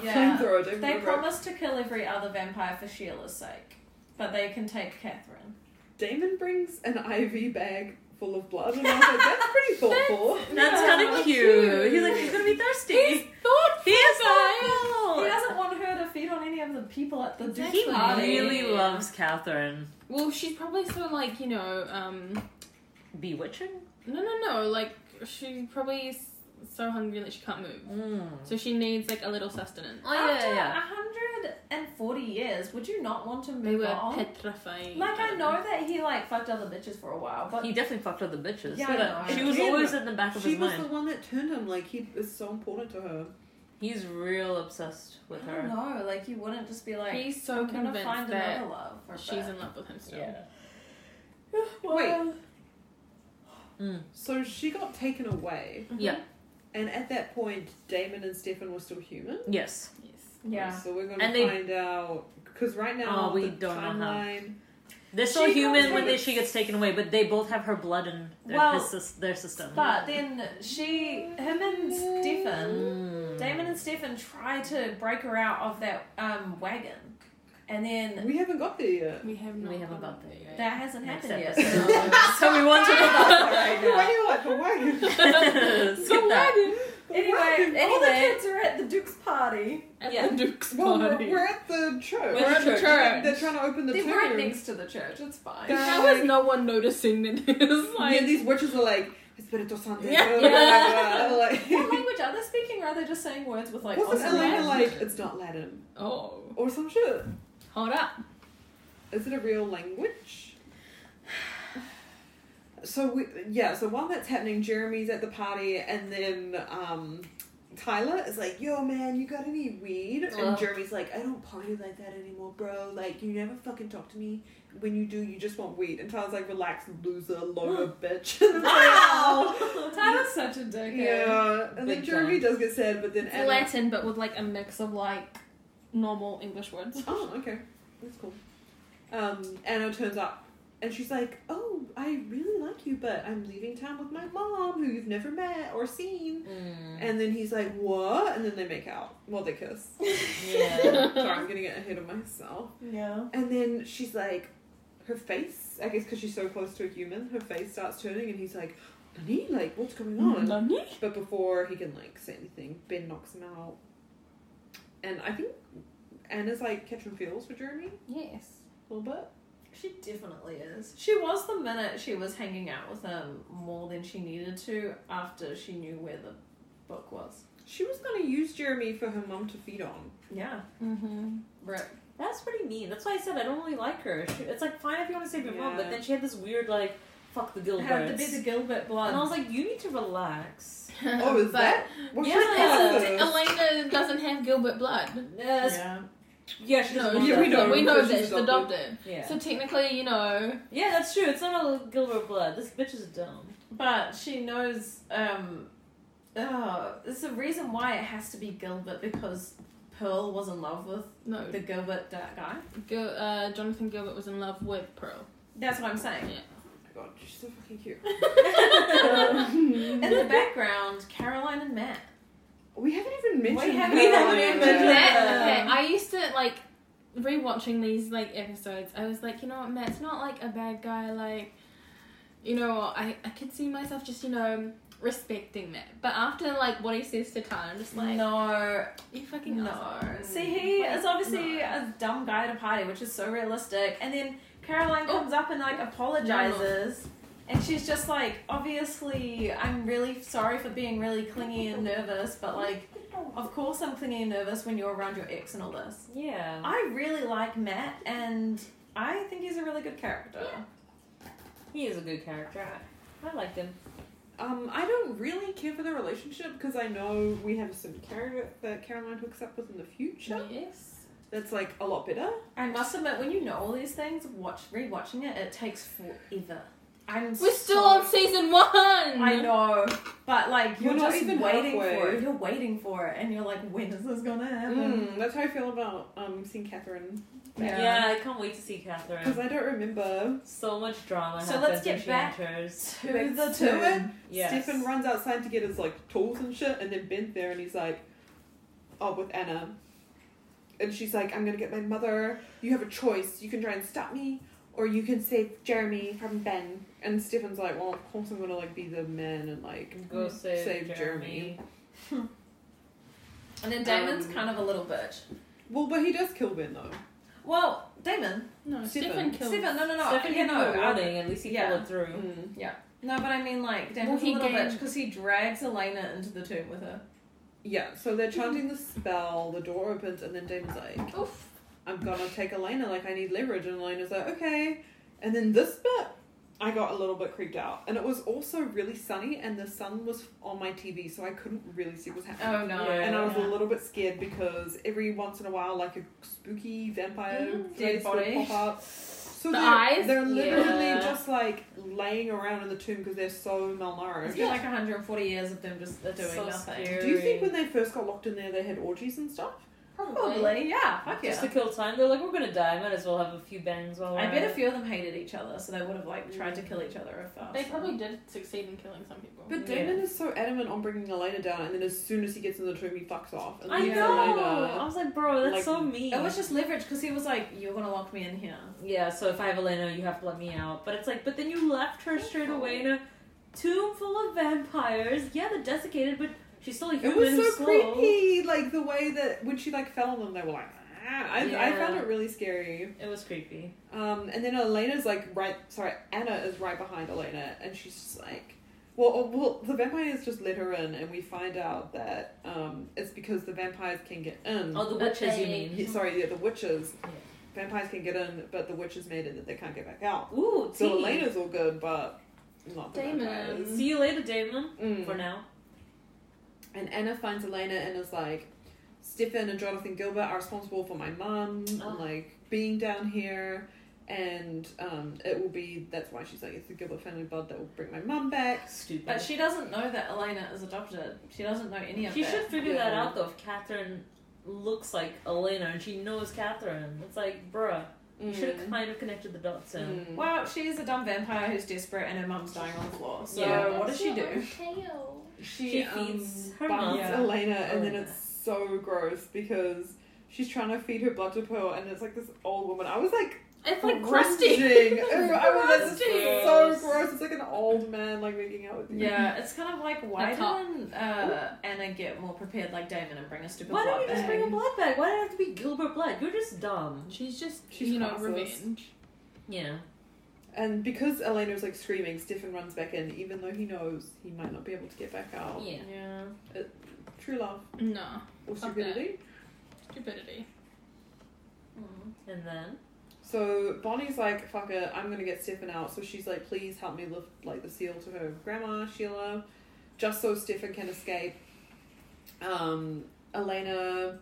S1: A
S4: Yeah.
S1: flamethrower, Damon
S4: They
S1: wrote-
S4: promised to kill every other vampire for Sheila's sake, but they can take Catherine.
S1: Damon brings an IV bag full of blood, and I was like, that's pretty thoughtful.
S3: That's
S4: Yeah.
S3: kind of cute. He's like, he's gonna be thirsty. He's thoughtful. He is thoughtful.
S4: He doesn't want her to feed on any of the people at the
S5: Exactly.
S4: Duke
S5: Oh. He
S4: party.
S5: really loves
S3: Catherine.
S5: Well, she's probably so like you know, um,
S3: Bewitching?
S5: no, no, no. Like she probably is so hungry that she can't move,
S3: Mm.
S5: so she needs like a little sustenance.
S3: Oh,
S4: After
S3: yeah, yeah.
S4: 140 years, would you not want to
S5: They
S4: move
S5: were
S4: on?
S5: petrified.
S4: Like, I know that he, like, fucked other bitches for a while, but
S3: He definitely fucked up the bitches.
S4: Yeah, I
S3: But
S4: know.
S3: she was
S1: Again,
S3: always in the back of
S1: She
S3: his
S1: was
S3: mind.
S1: the one that turned him. Like he is so important to her.
S3: He's real obsessed with
S4: I
S3: her.
S4: don't know, like, you wouldn't just be like,
S5: He's so
S4: I'm gonna
S5: convinced
S4: find
S5: that
S4: another love for
S5: She's
S4: that.
S5: in love with him still.
S3: Yeah.
S1: Wait,
S3: Mm.
S1: So she got taken away,
S4: Mm-hmm.
S3: Yeah.
S1: and at that point, Damon and Stefan were still human.
S3: Yes.
S4: Yeah.
S1: So we're gonna
S3: And they-
S1: find out because right now
S3: Oh, we
S1: the
S3: don't know how.
S1: timeline.
S3: They're still
S4: She
S3: human
S4: got
S3: when they,
S4: taken-
S3: she gets taken away, but they both have her blood in their,
S4: Well,
S3: his sys- their system.
S4: But then she, him and Stefan,
S3: Mm.
S4: Damon and Stefan try to break her out of that um, wagon. And then
S1: We haven't got there yet.
S5: We have
S3: We haven't
S5: gotten
S3: got there yet.
S4: that hasn't
S3: Next
S4: happened yet.
S3: episode.
S5: so we want
S3: to-
S1: Why are you like the wagon? The
S3: Skip that.
S4: Anyway,
S1: wagon.
S4: all the
S3: Anyway.
S4: kids are at the Duke's party.
S5: yeah.
S1: Well, we're, we're at the church.
S5: We're at the church.
S1: They're trying to open the
S4: They're
S1: tomb.
S4: right next to the church. It's fine.
S1: Yeah.
S5: How is no one noticing that it was
S1: yeah,
S5: like
S1: these witches are like, Espiritu Santo.
S5: Yeah.
S1: blah, blah, blah, blah, blah, blah.
S4: What language are they speaking? Or are they just saying words with like?
S1: Wasn't
S4: awesome
S1: Elena
S4: words?
S1: like, it's not Latin?
S5: oh
S1: Or some shit.
S5: hold up
S1: Is it a real language? So we yeah, so while that's happening, Jeremy's at the party and then um Tyler is like, Yo man, you got any weed? And
S3: Ugh.
S1: Jeremy's like, I don't party like that anymore, bro. Like you never fucking talk to me. When you do, you just want weed. And Tyler's like, Relax, loser, loner, bitch. And it's like,
S4: Tyler's such a dickhead.
S1: Yeah. And then
S3: Big
S1: Jeremy does get sad, but then Anna
S5: Latin but with like a mix of like normal English words
S1: Oh, okay. That's cool. Um, Anna turns up and she's like, Oh, I really like you, but I'm leaving town with my mom, who you've never met or seen.
S3: Mm.
S1: And then he's like, What? And then they make out. Well, they kiss.
S3: Yeah.
S1: Sorry, I'm getting ahead of myself.
S4: Yeah.
S1: And then she's like, Her face, I guess because she's so close to a human, her face starts turning and he's like, Honey, like, what's going on?
S5: Mm-hmm.
S1: But before he can like say anything, Ben knocks him out. And I think Anna's like catching feels for Jeremy
S5: yes
S1: a little bit.
S4: She definitely is. She was the minute she was hanging out with him more than she needed to after she knew where the book was.
S1: She was gonna use Jeremy for her mum to feed on.
S4: Yeah.
S5: mm-hmm
S4: Rip.
S3: That's pretty mean. That's why I said I don't really like her. She, it's like fine if you want to save your mom,
S1: Yeah.
S3: but then she had this weird like fuck the Gilberts.
S4: Had to be the Gilbert
S3: and I was
S4: blood.
S3: like, you need to relax.
S1: Oh, is
S5: Uh-huh, But-
S1: that? Well,
S3: Yeah,
S1: Oh,
S5: Yes,
S3: Yeah.
S5: it's- Elena doesn't have Gilbert blood
S3: Yes.
S4: Yeah.
S3: Yeah, she
S5: no
S3: doesn't want
S1: yeah,
S3: that.
S1: we know.
S5: we know
S1: that
S5: that
S1: she's
S5: she's adopted
S3: Yeah.
S5: so technically you know
S3: yeah, that's true. It's not all Gilbert blood. This bitch is dumb.
S4: But she knows um oh, there's a reason why it has to be Gilbert because Pearl was in love with
S5: no
S4: the Gilbert da- guy.
S5: Gil- uh, Jonathan Gilbert was in love with Pearl
S4: That's what I'm saying.
S1: Oh my god, she's so fucking cute.
S4: In the background, Caroline and Matt.
S1: We haven't even mentioned.
S4: haven't
S1: her.
S4: even mentioned
S1: Yeah.
S5: Matt, okay,
S4: Yeah.
S5: I used to like rewatching these like episodes. I was like, you know what, Matt's not like a bad guy. Like, you know, I I could see myself just you know respecting Matt. But after like what he says to Tan, I'm just like,
S4: no,
S5: you fucking
S4: No.
S5: know.
S4: See, he
S5: Like,
S4: is obviously
S5: no.
S4: a dumb guy at a party, which is so realistic. And then Caroline
S5: Oh.
S4: comes up and like apologizes. And she's just like, obviously, I'm really sorry for being really clingy and nervous, but like, of course I'm clingy and nervous when you're around your ex and all this.
S3: Yeah.
S4: I really like Matt, and I think he's a really good character.
S3: He is a good character. I, I liked him.
S1: Um, I don't really care for the relationship because I know we have some character that Caroline hooks up with in the future.
S5: Yes.
S1: That's like a lot better.
S4: I must admit, when you know all these things, watch rewatching it, it takes forever. I'm
S5: We're still
S4: so
S5: on season one.
S4: I know, but like
S1: You're
S4: you're,
S1: not
S4: just
S1: even
S4: waiting
S1: halfway.
S4: for it. You're waiting for it, and you're like, when is this gonna happen?
S1: Mm, that's how I feel about um seeing Catherine
S3: Yeah.
S4: Yeah.
S3: I can't wait to see Catherine.
S1: because I don't remember.
S3: So much drama.
S4: So
S3: happens
S4: let's get
S3: when she
S4: back
S3: enters.
S4: To the
S1: To it.
S4: tomb.
S3: Yes.
S1: Stefan runs outside to get his like tools and shit, and then Ben's there, and he's like, "Oh, with Anna," and she's like, "I'm gonna get my mother. You have a choice. You can try and stop me, or you can save Jeremy from Ben." And Stefan's like, "Well, of course I'm gonna like be the man and like."
S3: Go save,
S1: Save
S3: Jeremy.
S4: And then Damon's
S1: Um,
S4: kind of a little bitch.
S1: Well, but he does kill Ben though.
S4: Well, Damon,
S5: No,
S1: Stefan.
S5: Stefan killed.
S4: Stephen, no, no, no,
S3: Stefan
S4: yeah,
S3: gave him
S4: no,
S3: a
S4: I-
S3: warning. At least he
S4: yeah.
S3: followed through.
S1: Mm.
S4: no, but I mean like Damon's
S5: he
S4: a little bitch
S5: gained-
S4: because he drags Elena into the tomb with her.
S1: Yeah. So they're chanting the spell. The door opens, and then Damon's like,
S5: Oof.
S1: "I'm gonna take Elena. Like I need leverage." And Elena's like, "Okay." And then this bit I got a little bit creeped out. And it was also really sunny, and the sun was on my TV, so I couldn't really see what's happening.
S4: Oh no.
S3: Yeah.
S1: And I was
S4: Yeah.
S1: a little bit scared because every once in a while, like a spooky vampire
S4: Mhm.
S1: face
S4: Dead
S1: would
S4: body.
S1: pop up. So
S5: The
S1: they're,
S5: eyes?
S1: they're literally
S5: Yeah.
S1: just like laying around in the tomb because they're so
S4: It's
S1: malnourished.
S4: been like 140 years of them just uh, doing
S3: So
S4: nothing.
S3: scary.
S1: Do you think when they first got locked in there, they had orgies and stuff?
S4: Probably, yeah. Fuck
S3: Just
S4: yeah.
S3: to kill time, they're like, we're gonna die. Might as well have a few bangs while
S4: I
S3: we're
S4: bet
S3: at
S4: a
S3: it."
S4: few of them hated each other, so they would have like tried to kill each other if. uh,
S5: They
S4: so-
S5: probably did succeed in killing some people.
S1: But
S3: Yeah.
S1: Damon is so adamant on bringing Elena down, and then as soon as he gets in the tomb, he fucks off. And
S3: I
S1: leaves
S3: know.
S1: Elena-
S3: I was like, bro, that's
S1: Like,
S3: so mean.
S4: It was just leverage because he was like, "You're gonna lock me in here."
S3: yeah. So if I have Elena, you have to let me out. But it's like, but then you left her straight away in a tomb full of vampires. Yeah, they're desiccated, but she's still a
S1: It
S3: human.
S1: was
S3: who's
S1: so
S3: slow.
S1: creepy, like the way that when she like fell on them, they were like, ah. I, I
S3: Yeah.
S1: found it really scary.
S3: It was creepy.
S1: Um, and then Elena's like right, sorry, Anna is right behind Elena, and she's just like, well, oh, well, the vampires just let her in, and we find out that um, it's because the vampires can get in.
S3: Oh, the
S5: But
S3: witches, you
S5: they-
S3: mean?
S1: Yeah, sorry, yeah, the witches.
S3: Yeah.
S1: Vampires can get in, but the witches made it that they can't get back out.
S3: Ooh,
S1: So
S3: tea.
S1: Elena's all good, but not the
S5: Damon.
S1: vampires.
S3: See you later, Damon. For
S1: Mm.
S3: now.
S1: And Anna finds Elena and is like, Stefan and Jonathan Gilbert are responsible for my mum,
S3: Oh.
S1: and like being down here, and um, it will be that's why she's like it's the Gilbert family blood that will bring my mum back.
S3: Stupid.
S4: But she doesn't know that Elena is adopted. She doesn't know any of
S3: She
S4: that.
S3: should figure that
S1: Yeah.
S3: out though. If Catherine looks like Elena and she knows Catherine, it's like, bruh,
S1: Hmm.
S3: you should have kind of connected the dots. And
S1: Mm.
S4: Well, she's a dumb vampire who's desperate, and her mum's dying on the floor. So
S3: Yeah.
S4: what does she do?
S1: she,
S3: She feeds her
S1: bites
S3: mum.
S4: Yeah.
S1: Elena, and then
S3: Elena.
S1: it's so gross because she's trying to feed her blood to Pearl, and it's like this old woman. I was like,
S5: It's like
S1: cringing.
S5: crusty.
S1: Ew, I was like, this is so
S3: Gross.
S1: gross. It's like an old man like making out with you.
S4: Yeah, it's kind of like why
S5: That's hot.
S4: didn't uh, Anna get more prepared like Damon and bring us to
S3: Why don't you just
S4: bag?
S3: bring a blood bag? Why did it have to be Gilbert Blood? You're just dumb.
S5: She's just,
S1: She's
S5: you know,
S1: classless.
S5: revenge.
S3: Yeah.
S1: And because Elena's like screaming, Stefan runs back in, even though he knows he might not be able to get back out.
S3: Yeah.
S4: Yeah.
S1: True love
S5: No.
S1: or
S5: Fuck that.
S1: stupidity.
S5: Stupidity.
S4: Mm. Um,
S3: And then
S1: So Bonnie's like, fuck it, I'm gonna get Stefan out. So she's like, please help me lift like the seal to her grandma, Sheila, just so Stefan can escape. Um, Elena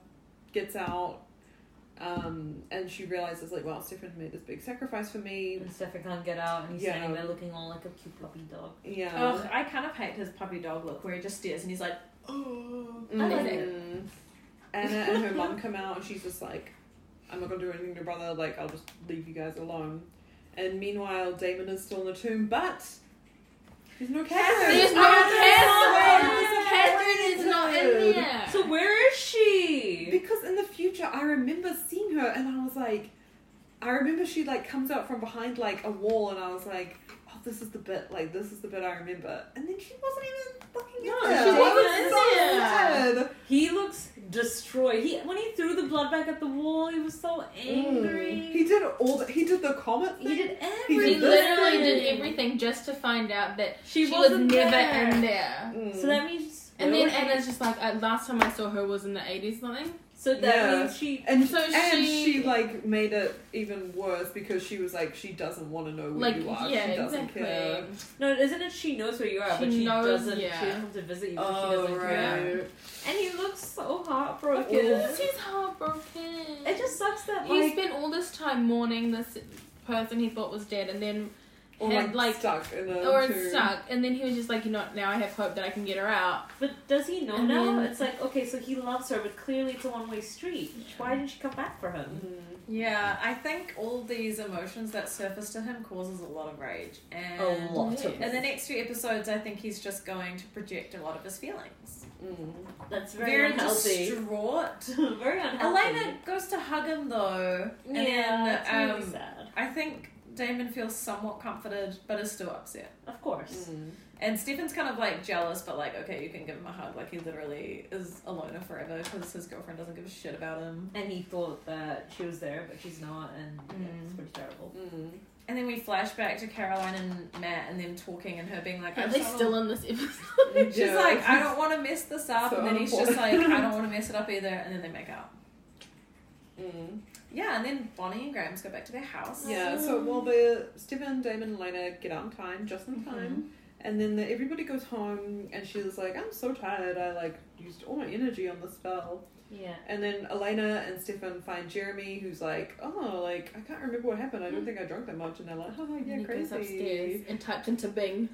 S1: gets out. Um, and she realizes like, wow, Stefan made this big sacrifice for me.
S3: and Stefan can't get out, and he's
S1: Yeah.
S3: standing there looking all like a cute puppy dog.
S1: Yeah.
S4: Ugh, I kind of hate his puppy dog look where he just stares and he's like, oh.
S1: Mm.
S5: like
S1: Anna and her mum come out, and she's just like, "I'm not gonna do anything to your brother. Like, I'll just leave you guys alone." And meanwhile, Damon is still in the tomb, but there's no Catherine. Oh,
S5: There's no Catherine!
S1: Catherine!
S5: Catherine is not in there!
S3: So where is she?
S1: Because in the future, I remember seeing her, and I was like, I remember she like comes out from behind like a wall, and I was like, "Oh, this is the bit. Like, this is the bit I remember." And then she wasn't even fucking
S3: No,
S1: in there.
S3: she wasn't
S1: Damon
S3: in
S1: is so
S5: there.
S1: dead.
S3: He looks destroyed. He when he threw the blood bag at the wall, he was so angry.
S1: Mm. Hmm. He did all. The, he did the comet thing.
S3: He did
S1: He
S5: She
S1: did this
S3: everything.
S5: literally
S1: thing.
S5: did everything just to find out that
S3: She,
S5: she was
S3: wasn't
S5: never
S3: there.
S5: in there.
S1: Mm.
S3: So that means.
S5: And then
S3: Okay.
S5: Anna's just like, uh, last time I saw her was in the 80s something.
S3: So that
S1: Yeah.
S3: means she.
S1: and
S5: so
S1: and she,
S5: she-
S1: like made it even worse because she was like she doesn't want to know where
S5: Like,
S1: you are. she
S5: yeah,
S1: doesn't
S5: exactly.
S1: care.
S3: No, isn't it? She knows where you are,
S5: She
S3: but she
S5: knows,
S3: doesn't.
S5: yeah.
S3: She doesn't come to visit you. because she
S1: Oh
S3: doesn't care.
S1: right.
S3: And he looks so heartbroken.
S5: Yes, he's heartbroken.
S3: It just sucks that
S5: he
S3: like
S5: spent all this time mourning this person he thought was dead, and then
S1: Or like,
S5: had, like-
S1: stuck in a
S5: or
S1: tomb.
S5: it's stuck, and then he was just like, you know, now I have hope that I can get her out.
S3: But does he know
S5: And
S3: now?
S5: then-
S3: It's like okay, so he loves her, but clearly it's a one-way street. Why didn't she come back for him?
S1: Mm.
S4: Yeah, I think all these emotions that surface to him causes a lot of rage. And
S1: Mm.
S3: A lot
S5: Yeah.
S3: of
S4: In the next few episodes, I think he's just going to project a lot of his feelings.
S1: Mm.
S3: That's very, unhealthy.
S4: distraught.
S3: very unhealthy.
S4: Elena goes to hug him though, and
S3: yeah, that's
S4: then
S3: really
S4: um,
S3: sad.
S4: I think Damon feels somewhat comforted, but is still upset.
S3: Of course.
S1: Mm.
S4: And Stefan's kind of like jealous, but like, okay, you can give him a hug. Like he literally is a loner forever because his girlfriend doesn't give a shit about him.
S3: And he thought that she was there, but she's not, and yeah,
S4: Mm.
S3: it's pretty terrible.
S1: Mm.
S4: And then we flash back to Caroline and Matt and them talking, and her being like,
S5: Are
S4: I'm
S5: they
S4: so-
S5: still in this episode?
S4: She's like, I don't want to mess this up,
S1: So
S4: and then he's just like,
S1: unimportant.
S4: I don't want to mess it up either, and then they make out.
S3: Mm.
S4: Yeah, and then Bonnie and Graham's go back to their house.
S1: Yeah, so well, the Stephen, Damon, and Lena get out in time, just in time, and then the, everybody goes home, and she's like, "I'm so tired. I like used all my energy on the spell."
S3: Yeah.
S1: And then Elena and Stefan find Jeremy, who's like, "Oh, like I can't remember what happened. I don't think I drank that much." And they're like, "Oh, yeah,
S5: Hmm. and he goes upstairs
S1: crazy."
S5: and types into Bing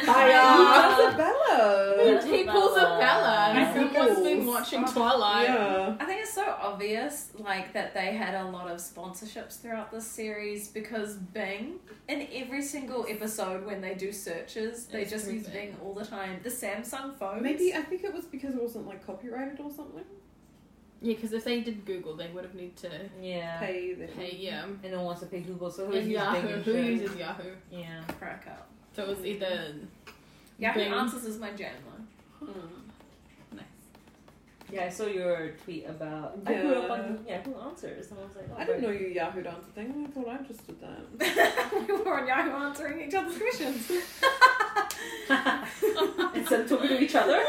S1: Who
S5: vampire.
S1: pulls a bellow?
S3: Yeah.
S5: He pulls a Bella.
S1: Yeah.
S5: Everyone's been watching Twilight.
S1: Yeah.
S4: I think it's so obvious, like that they had a lot of sponsorships throughout this series because Bing, in every single episode when they do searches, they
S5: It's
S4: just
S5: through
S4: use
S5: Bing.
S4: Bing. all the time. The Samsung phones.
S1: Maybe I think it was because it wasn't like copyrighted or something.
S5: Yeah, because if they did Google, they would have needed to
S3: Yeah.
S1: Pay them.
S5: pay, yeah.
S3: And no one wants to pay Google, so who's
S5: And
S3: using
S5: Yahoo.
S3: and
S5: Who
S3: shit?
S5: uses Yahoo?
S3: Yeah.
S4: crack up.
S5: So it was either.
S4: Yahoo
S5: Bing.
S4: Answers is my jam though.
S1: Hmm.
S5: Nice.
S3: Yeah, I saw your tweet about. I
S1: Yeah.
S3: grew up on Yahoo Answers, and I was like, oh,
S1: I didn't
S3: right.
S1: know your Yahoo dancer thing. I thought I just did that.
S4: we were on Yahoo answering each other's questions.
S3: Instead of talking to each other.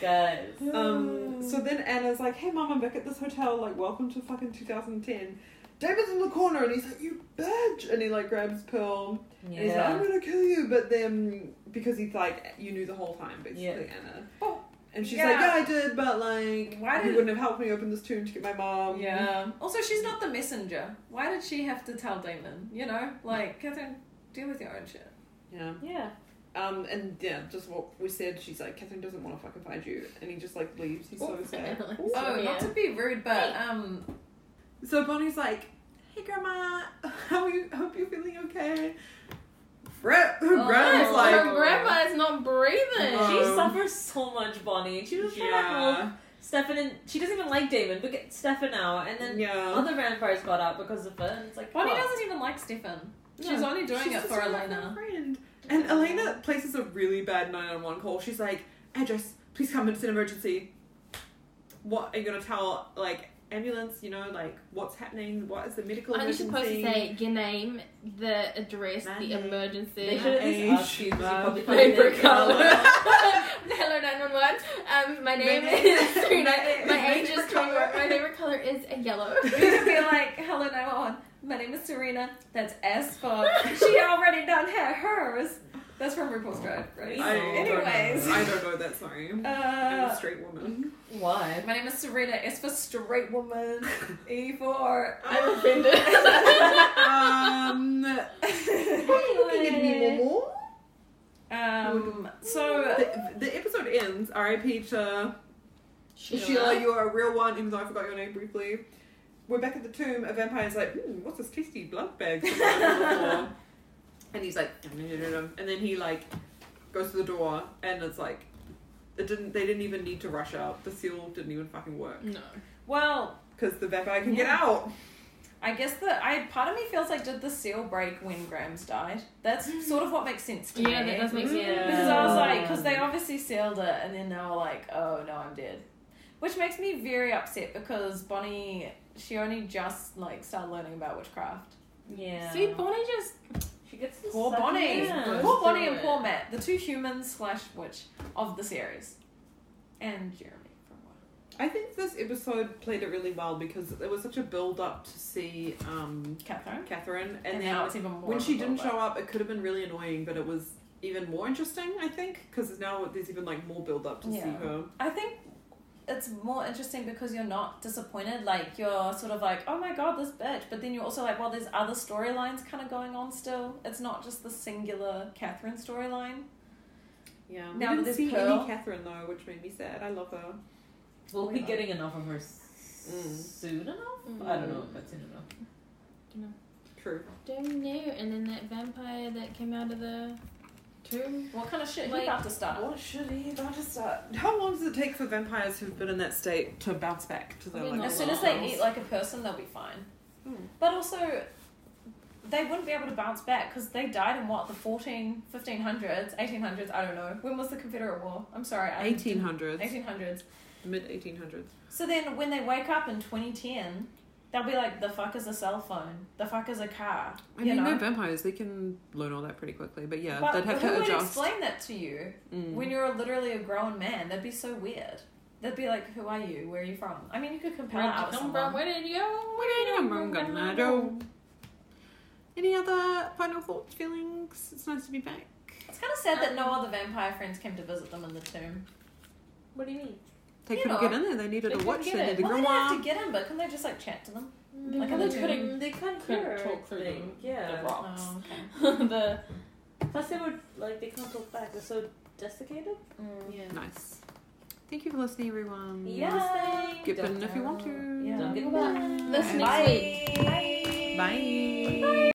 S3: Guys.
S1: Um, so then Anna's like, hey, mom, I'm back at this hotel. Like, welcome to fucking 2010. David's in the corner and he's like, you bitch! And he like grabs Pearl and he's like, I'm gonna kill you. But then, because he's like, you knew the whole time, basically,
S3: Yeah.
S1: Anna.
S4: Oh,
S1: and she's
S4: yeah.
S1: like, yeah, I did, but like,
S4: Why
S1: you
S4: did-
S1: wouldn't have helped me open this tomb to get my mom.
S4: Yeah. Also, she's not the messenger. Why did she have to tell Damon? You know, like Catherine, deal with your own shit.
S1: Yeah.
S3: Yeah.
S1: Um, and yeah, just what we said, she's like, Catherine doesn't want to fucking find you. And he just like leaves. He's so sad.
S4: Oh,
S5: yeah.
S4: not to be rude, but um,
S1: So Bonnie's like, "Hey, Grandma, how are you? Hope you're feeling okay." Fred, her
S4: Oh,
S1: grandma's
S4: no.
S1: like,
S5: her grandma is not breathing.
S1: Oh.
S3: She
S1: Um,
S3: suffers so much, Bonnie. She was yeah.
S1: "Yeah,
S3: Stefan and she doesn't even like Damon, but get Stefan out, and then
S1: yeah." e-
S3: other vampires got out because of it. And it's like,
S4: Bonnie
S3: fuck.
S4: doesn't even like Stefan. She's
S1: No,
S4: only doing
S1: she's
S4: it
S1: just
S4: for
S1: her
S4: Elena.
S1: friend. And Elena places a really bad 911 call. She's like, "Address, please come. It's an emergency." What are you gonna tell like ambulance? You know, like what's happening? What is the medical
S5: I think you're
S1: emergency?
S5: supposed to say your name, the address,
S1: My name.
S5: the
S3: They
S5: emergency.
S3: should at least
S1: Age,
S3: ask you. 'cause you
S1: love,
S3: probably can't
S5: Paper
S3: even-
S5: color. Hello, nine one one. Um, my name is three nine. My age is
S1: Favorite
S5: twenty
S1: color.
S5: one. My favorite color is a yellow.
S4: You could be like, hello, now on. My name is Serena. That's S for. She already done her hers. That's from RuPaul's Drag Race.
S1: I
S4: Anyways.
S1: don't know. I don't know that. Sorry, I'm a
S4: Uh,
S1: straight woman.
S3: Why?
S4: my name is Serena. S for straight woman. E for.
S5: I'm offended.
S3: Mm-hmm.
S1: um,
S4: um. So.
S1: the, the episode ends. R.I.P. to Sheila.
S5: Sheila.
S1: You are a real one, even though I forgot your name briefly. We're back at the tomb. A vampire's like, hmm, "What's this tasty blood bag?" and he's like, "Dum-dum-dum-dum." and then he like goes to the door, and it's like, it didn't. They didn't even need to rush out. The seal didn't even fucking work
S5: No.
S4: Well,
S1: because the vampire can get
S4: Yeah.
S1: out.
S4: I guess that I part of me feels like did the seal break when Grams died? That's sort of what makes sense to me.
S5: Yeah, that does make sense.
S3: Yeah.
S4: Because I was like, because
S1: Ah.
S4: they obviously sealed it, and then they were like, oh no, I'm dead. Which makes me very upset because Bonnie, she only just like started learning about witchcraft.
S3: Yeah.
S5: See, Bonnie just
S3: she gets to
S4: Poor
S3: suck
S4: Bonnie,
S3: in.
S5: Yeah.
S4: poor Bonnie
S5: Do
S4: and
S5: it.
S4: poor Matt, the two humans slash witch of the series, and Jeremy for a while.
S1: I think this episode played it really well because it was such a build up to see um,
S4: Catherine,
S1: Catherine, and,
S4: and,
S1: then
S4: now it's even more.
S1: when
S4: of a
S1: she didn't
S4: blowback.
S1: show up, it could have been really annoying, but it was even more interesting, I think, because now there's even like more build up to see
S4: Yeah.
S1: her.
S4: I think it's more interesting because you're not disappointed. Like you're sort of like, oh my god, this bitch. But then you're also like, well, there's other storylines kind of going on still. It's not just the singular Catherine storyline.
S1: Yeah, we
S4: Now
S1: didn't
S4: there's
S1: see
S4: Pearl.
S1: any Catherine though, which made me sad. I love her.
S3: We'll be getting enough of her s-
S1: Mm.
S3: soon enough.
S5: Mm.
S3: I don't know, but soon enough.
S1: True.
S5: don't know. And then that vampire that came out of the tomb.
S4: What kind of shit
S5: Like,
S4: he about to start?
S1: What should he about to start? How long does it take for vampires who've been in that state to bounce back to their
S5: Probably
S1: like?
S5: not
S4: As soon as they eat like a person, they'll be fine.
S1: Hmm.
S4: But also, they wouldn't be able to bounce back because they died in what the 14, 1500s, 1800s. I don't know. When was the Confederate War? I'm sorry. I-
S1: eighteen hundreds,
S4: 1800s.
S1: mid eighteen hundreds.
S4: So then when they wake up in 2010, they'll be like, the fuck is a cell phone? The fuck is a car?
S1: I
S4: you
S1: mean,
S4: know?
S1: they're vampires. They can learn all that pretty quickly, but yeah,
S4: but
S1: they'd have
S4: who
S1: to
S4: would
S1: adjust.
S4: explain that to you
S1: Mm.
S4: when you're literally a grown man? That'd be so weird. They'd be like, "Who are you? Where are you from?" I mean, you could compare
S5: Where'd
S4: that
S5: you
S4: out with
S5: come
S4: someone.
S5: from? Where did you go?
S1: Any other final thoughts, feelings? It's nice to be back.
S4: It's kind of sad
S5: Um,
S4: that no other vampire friends came to visit them in the tomb.
S3: What do you mean?
S1: They
S4: You
S1: couldn't
S4: know,
S1: get in there. They needed
S5: they
S1: a
S5: couldn't
S1: watch.
S5: get
S1: They
S5: in.
S1: needed
S4: Well, they don't have to
S1: grimoire.
S4: get them, but can they just like chat to them?
S5: Like,
S4: how
S3: they
S4: they
S3: couldn't. They couldn't
S5: couldn't
S3: hear
S5: talk through
S3: anything. Yeah.
S5: the rocks.
S4: Oh, okay.
S5: the
S3: Plus, they were like they can't talk back. They're so desiccated.
S5: yeah.
S1: Nice. Thank you for listening, everyone.
S3: Yeah.
S1: Get bitten if you want to.
S4: Yeah.
S3: Don't get
S5: This next
S4: Bye.
S5: week.
S1: Bye.